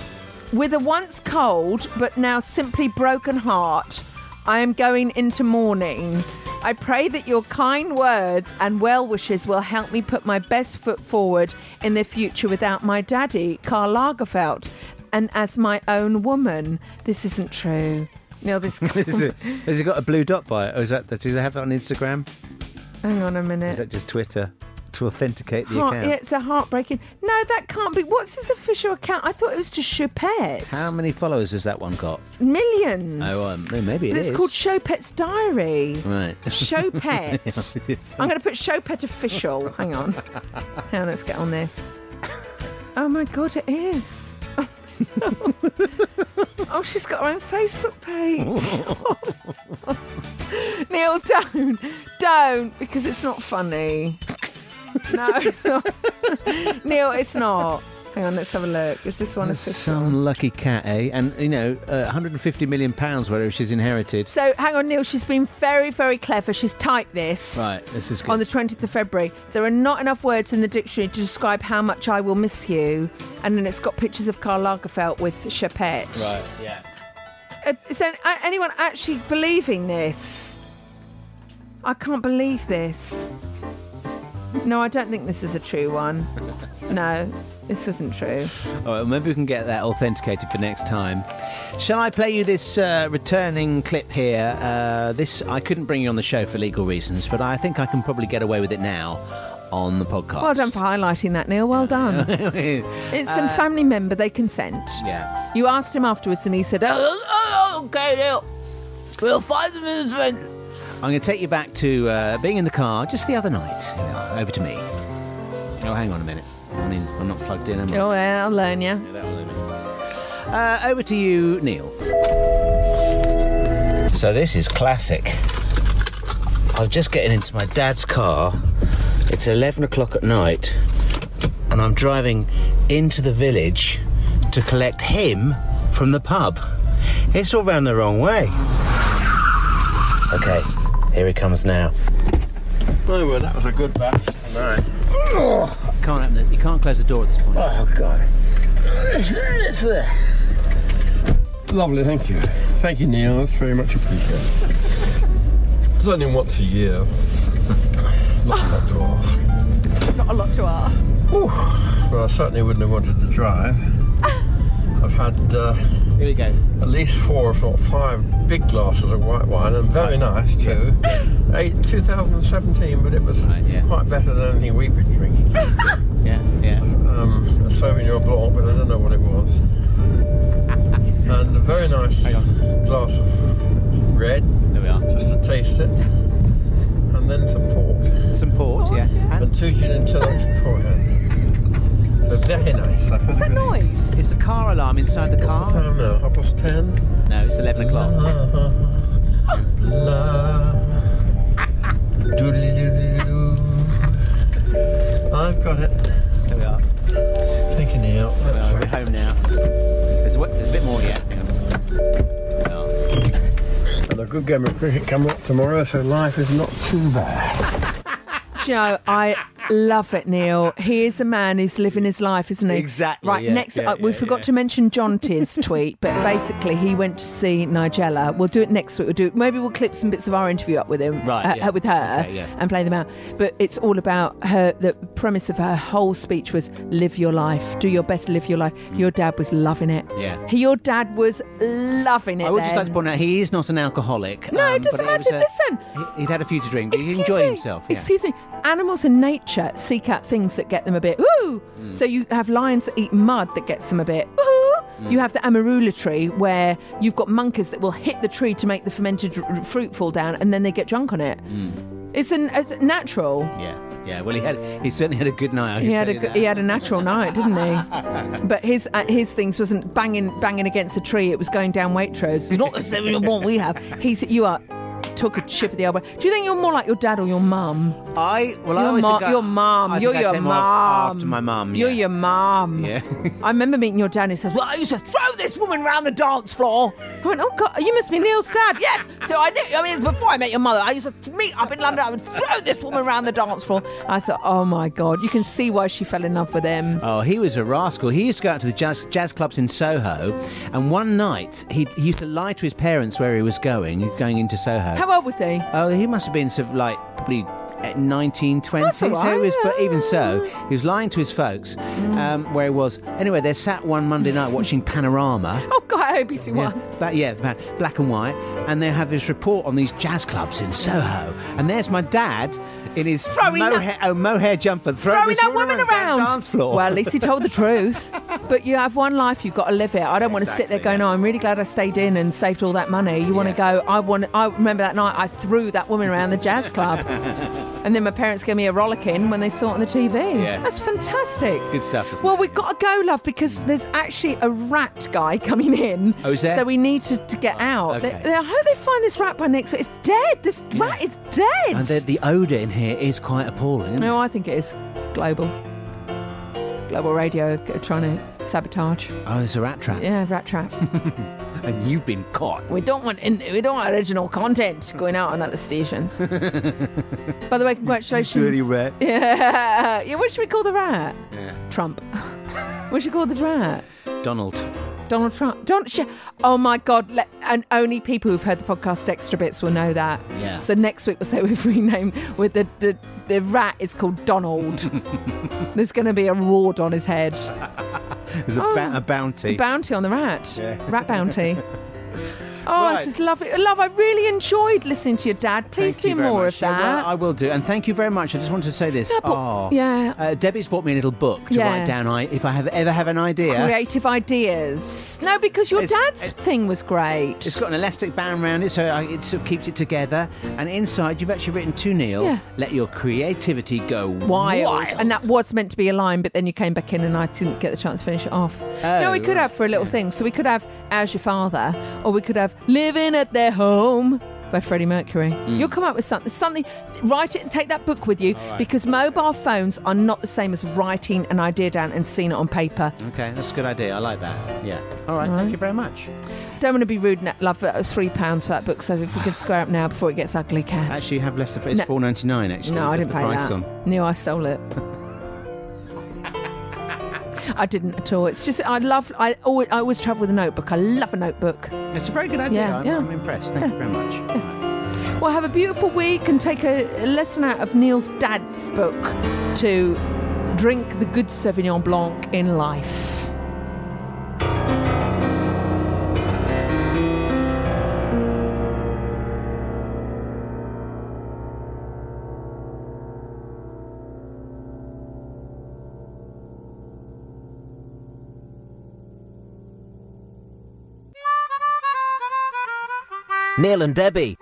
[SPEAKER 3] With a once cold but now simply broken heart, I am going into mourning. I pray that your kind words and well wishes will help me put my best foot forward in the future without my daddy, Karl Lagerfeld, and as my own woman. This isn't true. Neil, this
[SPEAKER 4] Is it- Has it got a blue dot by it? Or is that the, do they have it on Instagram?
[SPEAKER 3] Hang on a
[SPEAKER 4] Or
[SPEAKER 3] minute.
[SPEAKER 4] is that just Twitter to authenticate the
[SPEAKER 3] Heart-
[SPEAKER 4] account?
[SPEAKER 3] yeah, it's a heartbreaking. No, that can't be. What's his official account? I thought it was just Chopette.
[SPEAKER 4] How many followers has that one got?
[SPEAKER 3] Millions.
[SPEAKER 4] Oh, um, no, maybe it
[SPEAKER 3] But it's
[SPEAKER 4] is.
[SPEAKER 3] called Chopette's Diary.
[SPEAKER 4] Right.
[SPEAKER 3] Show pet.
[SPEAKER 4] Yeah, yes.
[SPEAKER 3] I'm going to put Chopette official. Hang on. Hang on, let's get on this. Oh my God, it is. oh, she's got her own Facebook page. Neil, don't. Don't, because it's not funny. No, it's not. Neil, it's not. Hang on, let's have a look. Is this one official?
[SPEAKER 4] Some lucky cat, eh? And you know, uh, 150 million pounds whatever she's inherited.
[SPEAKER 3] So, hang on, Neil, she's been very, very clever. She's typed this.
[SPEAKER 4] Right, this is good.
[SPEAKER 3] on the 20th of February. There are not enough words in the dictionary to describe how much I will miss you. And then it's got pictures of Karl Lagerfeld with Chapette.
[SPEAKER 4] Right, yeah.
[SPEAKER 3] Uh, is an- a- anyone actually believing this? I can't believe this. No, I don't think this is a true one. No, this isn't true.
[SPEAKER 4] All right, well, maybe we can get that authenticated for next time. Shall I play you this uh, returning clip here? Uh, this I couldn't bring you on the show for legal reasons, but I think I can probably get away with it now on the podcast.
[SPEAKER 3] Well done for highlighting that, Neil. Well done. It's some
[SPEAKER 4] Uh,
[SPEAKER 3] family member, they consent.
[SPEAKER 4] Yeah.
[SPEAKER 3] You asked him afterwards and he said, oh, oh, okay, Neil. We'll find them in his friend.
[SPEAKER 4] I'm going to take you back to uh, being in the car just the other night. Here we are. Over to me. Oh, hang on a minute. I mean, I'm not plugged in, am I?
[SPEAKER 3] Oh, yeah, I'll learn you.
[SPEAKER 4] Uh, over to you, Neil. So this is classic. I'm just getting into my dad's car. It's 11 o'clock at night, and I'm driving into the village to collect him from the pub. It's all round the wrong way. Okay, here he comes now.
[SPEAKER 23] Oh, well, that was a good batch. Oh. Right.
[SPEAKER 4] Can't open the, you can't close the door at this point.
[SPEAKER 23] Oh, God. Lovely, thank you. Thank you, Neil. That's very much appreciated. it's only once a year. Not a lot to ask.
[SPEAKER 3] Not a lot to ask.
[SPEAKER 23] Well, I certainly wouldn't have wanted to drive. I've had. Uh,
[SPEAKER 4] Here we go.
[SPEAKER 23] At least four, if not five, big glasses of white wine, and very nice too. Eight, 2017, but it was quite better than anything we've been drinking.
[SPEAKER 4] yeah, yeah.
[SPEAKER 23] Um, a Sauvignon Blanc, but I don't know what it was. and a very nice glass of red.
[SPEAKER 4] There we are.
[SPEAKER 23] Just to taste it. And then some port.
[SPEAKER 4] Some port, yeah.
[SPEAKER 23] And, two gin and tonics beforehand. But very nice. What's that
[SPEAKER 3] noise?
[SPEAKER 4] It's the car alarm inside the car.
[SPEAKER 23] What's the time now? Half past ten?
[SPEAKER 4] No, it's 11 o'clock.
[SPEAKER 23] I've got it.
[SPEAKER 4] There we are.
[SPEAKER 23] Thank you, Neil.
[SPEAKER 4] Well, we're home now. There's a, wa- there's a bit more here.
[SPEAKER 23] And a good game of cricket coming up tomorrow, so life is not too bad.
[SPEAKER 3] Joe, I love it, Neil. He is a man who's living his life, isn't he?
[SPEAKER 4] Exactly,
[SPEAKER 3] Right,
[SPEAKER 4] yeah,
[SPEAKER 3] next,
[SPEAKER 4] yeah,
[SPEAKER 3] uh, we
[SPEAKER 4] yeah,
[SPEAKER 3] forgot
[SPEAKER 4] yeah.
[SPEAKER 3] to mention John T's tweet, but basically he went to see Nigella. We'll do it next week. We'll do Maybe we'll clip some bits of our interview up with him,
[SPEAKER 4] Right,
[SPEAKER 3] uh,
[SPEAKER 4] yeah.
[SPEAKER 3] with her,
[SPEAKER 4] Okay, yeah.
[SPEAKER 3] and play them out. But it's all about her. The premise of her whole speech was live your life, do your best, live your life. Your dad was loving it.
[SPEAKER 4] Yeah.
[SPEAKER 3] He- Your dad was loving it.
[SPEAKER 4] I would just like to
[SPEAKER 3] then.
[SPEAKER 4] point out he is not an alcoholic. um,
[SPEAKER 3] No, it
[SPEAKER 4] but
[SPEAKER 3] doesn't
[SPEAKER 4] was
[SPEAKER 3] matter.
[SPEAKER 4] a-
[SPEAKER 3] Listen.
[SPEAKER 4] he- he'd had a few to drink, but he enjoyed himself. Yeah.
[SPEAKER 3] Excuse me. Animals in nature seek out things that get them a bit woo.
[SPEAKER 4] Mm.
[SPEAKER 3] So you have lions that eat mud that gets them a bit woo.
[SPEAKER 4] Mm.
[SPEAKER 3] You have the amarula tree where you've got monkeys that will hit the tree to make the fermented r- r- fruit fall down, and then they get drunk on it.
[SPEAKER 4] Mm.
[SPEAKER 3] It's an it's natural.
[SPEAKER 4] Yeah, yeah. Well, he had he certainly had a good night. I
[SPEAKER 3] He
[SPEAKER 4] can
[SPEAKER 3] had
[SPEAKER 4] tell
[SPEAKER 3] a
[SPEAKER 4] you
[SPEAKER 3] g-
[SPEAKER 4] that.
[SPEAKER 3] he had a natural night, didn't he? But his uh, his things wasn't banging banging against a tree. It was going down Waitrose. It's not the seven we have. He's you are took a chip at the elbow. Do you think you're more like your dad or your mum?
[SPEAKER 4] I well, I
[SPEAKER 3] your
[SPEAKER 4] always
[SPEAKER 3] mum.
[SPEAKER 4] think I-
[SPEAKER 3] your mum.
[SPEAKER 4] I think
[SPEAKER 3] You're
[SPEAKER 4] I
[SPEAKER 3] your
[SPEAKER 4] take more af-
[SPEAKER 3] mum.
[SPEAKER 4] after my mum,
[SPEAKER 3] You're
[SPEAKER 4] yeah.
[SPEAKER 3] your mum.
[SPEAKER 4] Yeah.
[SPEAKER 3] I remember meeting your dad. and He says, "Well, I used to throw this woman round the dance floor." I went, "Oh God, you must be Neil's dad." Yes. So I knew. I mean, it was before I met your mother, I used to meet up in London. I would throw this woman round the dance floor. I thought, "Oh my God, you can see why she fell in love with him."
[SPEAKER 4] Oh, he was a rascal. He used to go out to the jazz, jazz clubs in Soho, and one night he, he used to lie to his parents where he was going, going into Soho.
[SPEAKER 3] How old was he?
[SPEAKER 4] Oh, he must have been sort of like probably at 19, 20.
[SPEAKER 3] That's all
[SPEAKER 4] so he
[SPEAKER 3] right,
[SPEAKER 4] was, but even so, he was lying to his folks um, where he was. Anyway, they sat one Monday night watching Panorama.
[SPEAKER 3] Oh God, I hope you see
[SPEAKER 4] Yeah,
[SPEAKER 3] one.
[SPEAKER 4] but yeah, but black and white, and they have his report on these jazz clubs in Soho. And there's my dad in his
[SPEAKER 3] Throwing that-
[SPEAKER 4] mohair, oh, mohair jumper, throwing,
[SPEAKER 3] throwing
[SPEAKER 4] this
[SPEAKER 3] that woman
[SPEAKER 4] down
[SPEAKER 3] around.
[SPEAKER 4] the dance floor.
[SPEAKER 3] Well, at least he told the truth. But you have one life, you've got to live it. I don't want to sit
[SPEAKER 4] Exactly,
[SPEAKER 3] there going, "Oh, I'm really glad I stayed in and saved all that money." You want to go? I want. I remember that night I threw that woman around the jazz club, and then my parents gave me a rollicking when they saw it on the TV.
[SPEAKER 4] Yeah.
[SPEAKER 3] That's fantastic.
[SPEAKER 4] Good stuff, isn't
[SPEAKER 3] Well, we've got to go, love, because there's actually a rat guy coming in.
[SPEAKER 4] Oh, is there?
[SPEAKER 3] So we need to, to get out. They-
[SPEAKER 4] okay.
[SPEAKER 3] they- I hope they find this rat by next week. It's dead. This rat is dead.
[SPEAKER 4] And the, the odour in here is quite appalling. Isn't it?
[SPEAKER 3] No, I think it is global. Global radio g- trying to sabotage.
[SPEAKER 4] Oh, it's a rat trap.
[SPEAKER 3] Yeah, rat trap.
[SPEAKER 4] and you've been caught.
[SPEAKER 3] we don't want in, we don't want original content going out on other stations. By the way, congratulations.
[SPEAKER 4] Dirty rat.
[SPEAKER 3] Yeah. yeah. What should we call the rat?
[SPEAKER 4] Yeah.
[SPEAKER 3] Trump. what should we call the rat?
[SPEAKER 4] Donald.
[SPEAKER 3] Donald Trump. Don't. Sh- oh my God! Let, and only people who've heard the podcast extra bits will know that.
[SPEAKER 4] Yeah.
[SPEAKER 3] So next week we'll say we've renamed with the the, the rat is called Donald. There's going to be a reward on his head.
[SPEAKER 4] There's a, ba-
[SPEAKER 3] Oh.
[SPEAKER 4] a bounty.
[SPEAKER 3] A bounty on the rat.
[SPEAKER 4] Yeah.
[SPEAKER 3] Rat bounty. Oh,
[SPEAKER 4] Right.
[SPEAKER 3] this is lovely. Love, I really enjoyed listening to your dad. Please
[SPEAKER 4] Thank
[SPEAKER 3] do
[SPEAKER 4] you very
[SPEAKER 3] more
[SPEAKER 4] much.
[SPEAKER 3] of
[SPEAKER 4] Yeah,
[SPEAKER 3] that.
[SPEAKER 4] well, I will do. And thank you very much. I just wanted to say this.
[SPEAKER 3] Yeah, but-
[SPEAKER 4] oh,
[SPEAKER 3] yeah.
[SPEAKER 4] Uh, Debbie's bought me a little book to
[SPEAKER 3] Yeah.
[SPEAKER 4] write down I, if I have ever have an idea.
[SPEAKER 3] Creative ideas. No, because your dad's thing was great.
[SPEAKER 4] It's got an elastic band around it, so I- it sort of keeps it together. And inside, you've actually written to Neil,
[SPEAKER 3] Yeah.
[SPEAKER 4] let your creativity go
[SPEAKER 3] wild.
[SPEAKER 4] wild.
[SPEAKER 3] And that was meant to be a line, but then you came back in and I didn't get the chance to finish it off. no, we could
[SPEAKER 4] Oh, right,
[SPEAKER 3] have for a little thing. So we could have As Your Father, or we could have Living at Their Home by Freddie Mercury. You'll come up with something, something, write it and take that book with you
[SPEAKER 4] Hmm. All right.
[SPEAKER 3] because mobile phones are not the same as writing an idea down and seeing it on paper.
[SPEAKER 4] Okay, that's a good idea. I like that. Yeah. All right,
[SPEAKER 3] All
[SPEAKER 4] thank
[SPEAKER 3] right.
[SPEAKER 4] you very much.
[SPEAKER 3] Don't want to be rude, Nat, love, but that was £3 for that book. So if we could square up now before it gets ugly, Kath.
[SPEAKER 4] Actually, you have left the. It's
[SPEAKER 3] No.
[SPEAKER 4] four ninety nine. Actually,
[SPEAKER 3] No, I
[SPEAKER 4] with
[SPEAKER 3] didn't
[SPEAKER 4] the
[SPEAKER 3] pay
[SPEAKER 4] price
[SPEAKER 3] that.
[SPEAKER 4] on.
[SPEAKER 3] No, I sold it. I didn't at all. It's just I love. I always, I always travel with a notebook. I love a notebook.
[SPEAKER 4] It's a very good idea.
[SPEAKER 3] Yeah,
[SPEAKER 4] I'm,
[SPEAKER 3] yeah.
[SPEAKER 4] I'm impressed. Thank you very much.
[SPEAKER 3] Well, have a beautiful week and take a, a lesson out of Neil's dad's book to drink the good Sauvignon Blanc in life.
[SPEAKER 5] Neil and Debbie.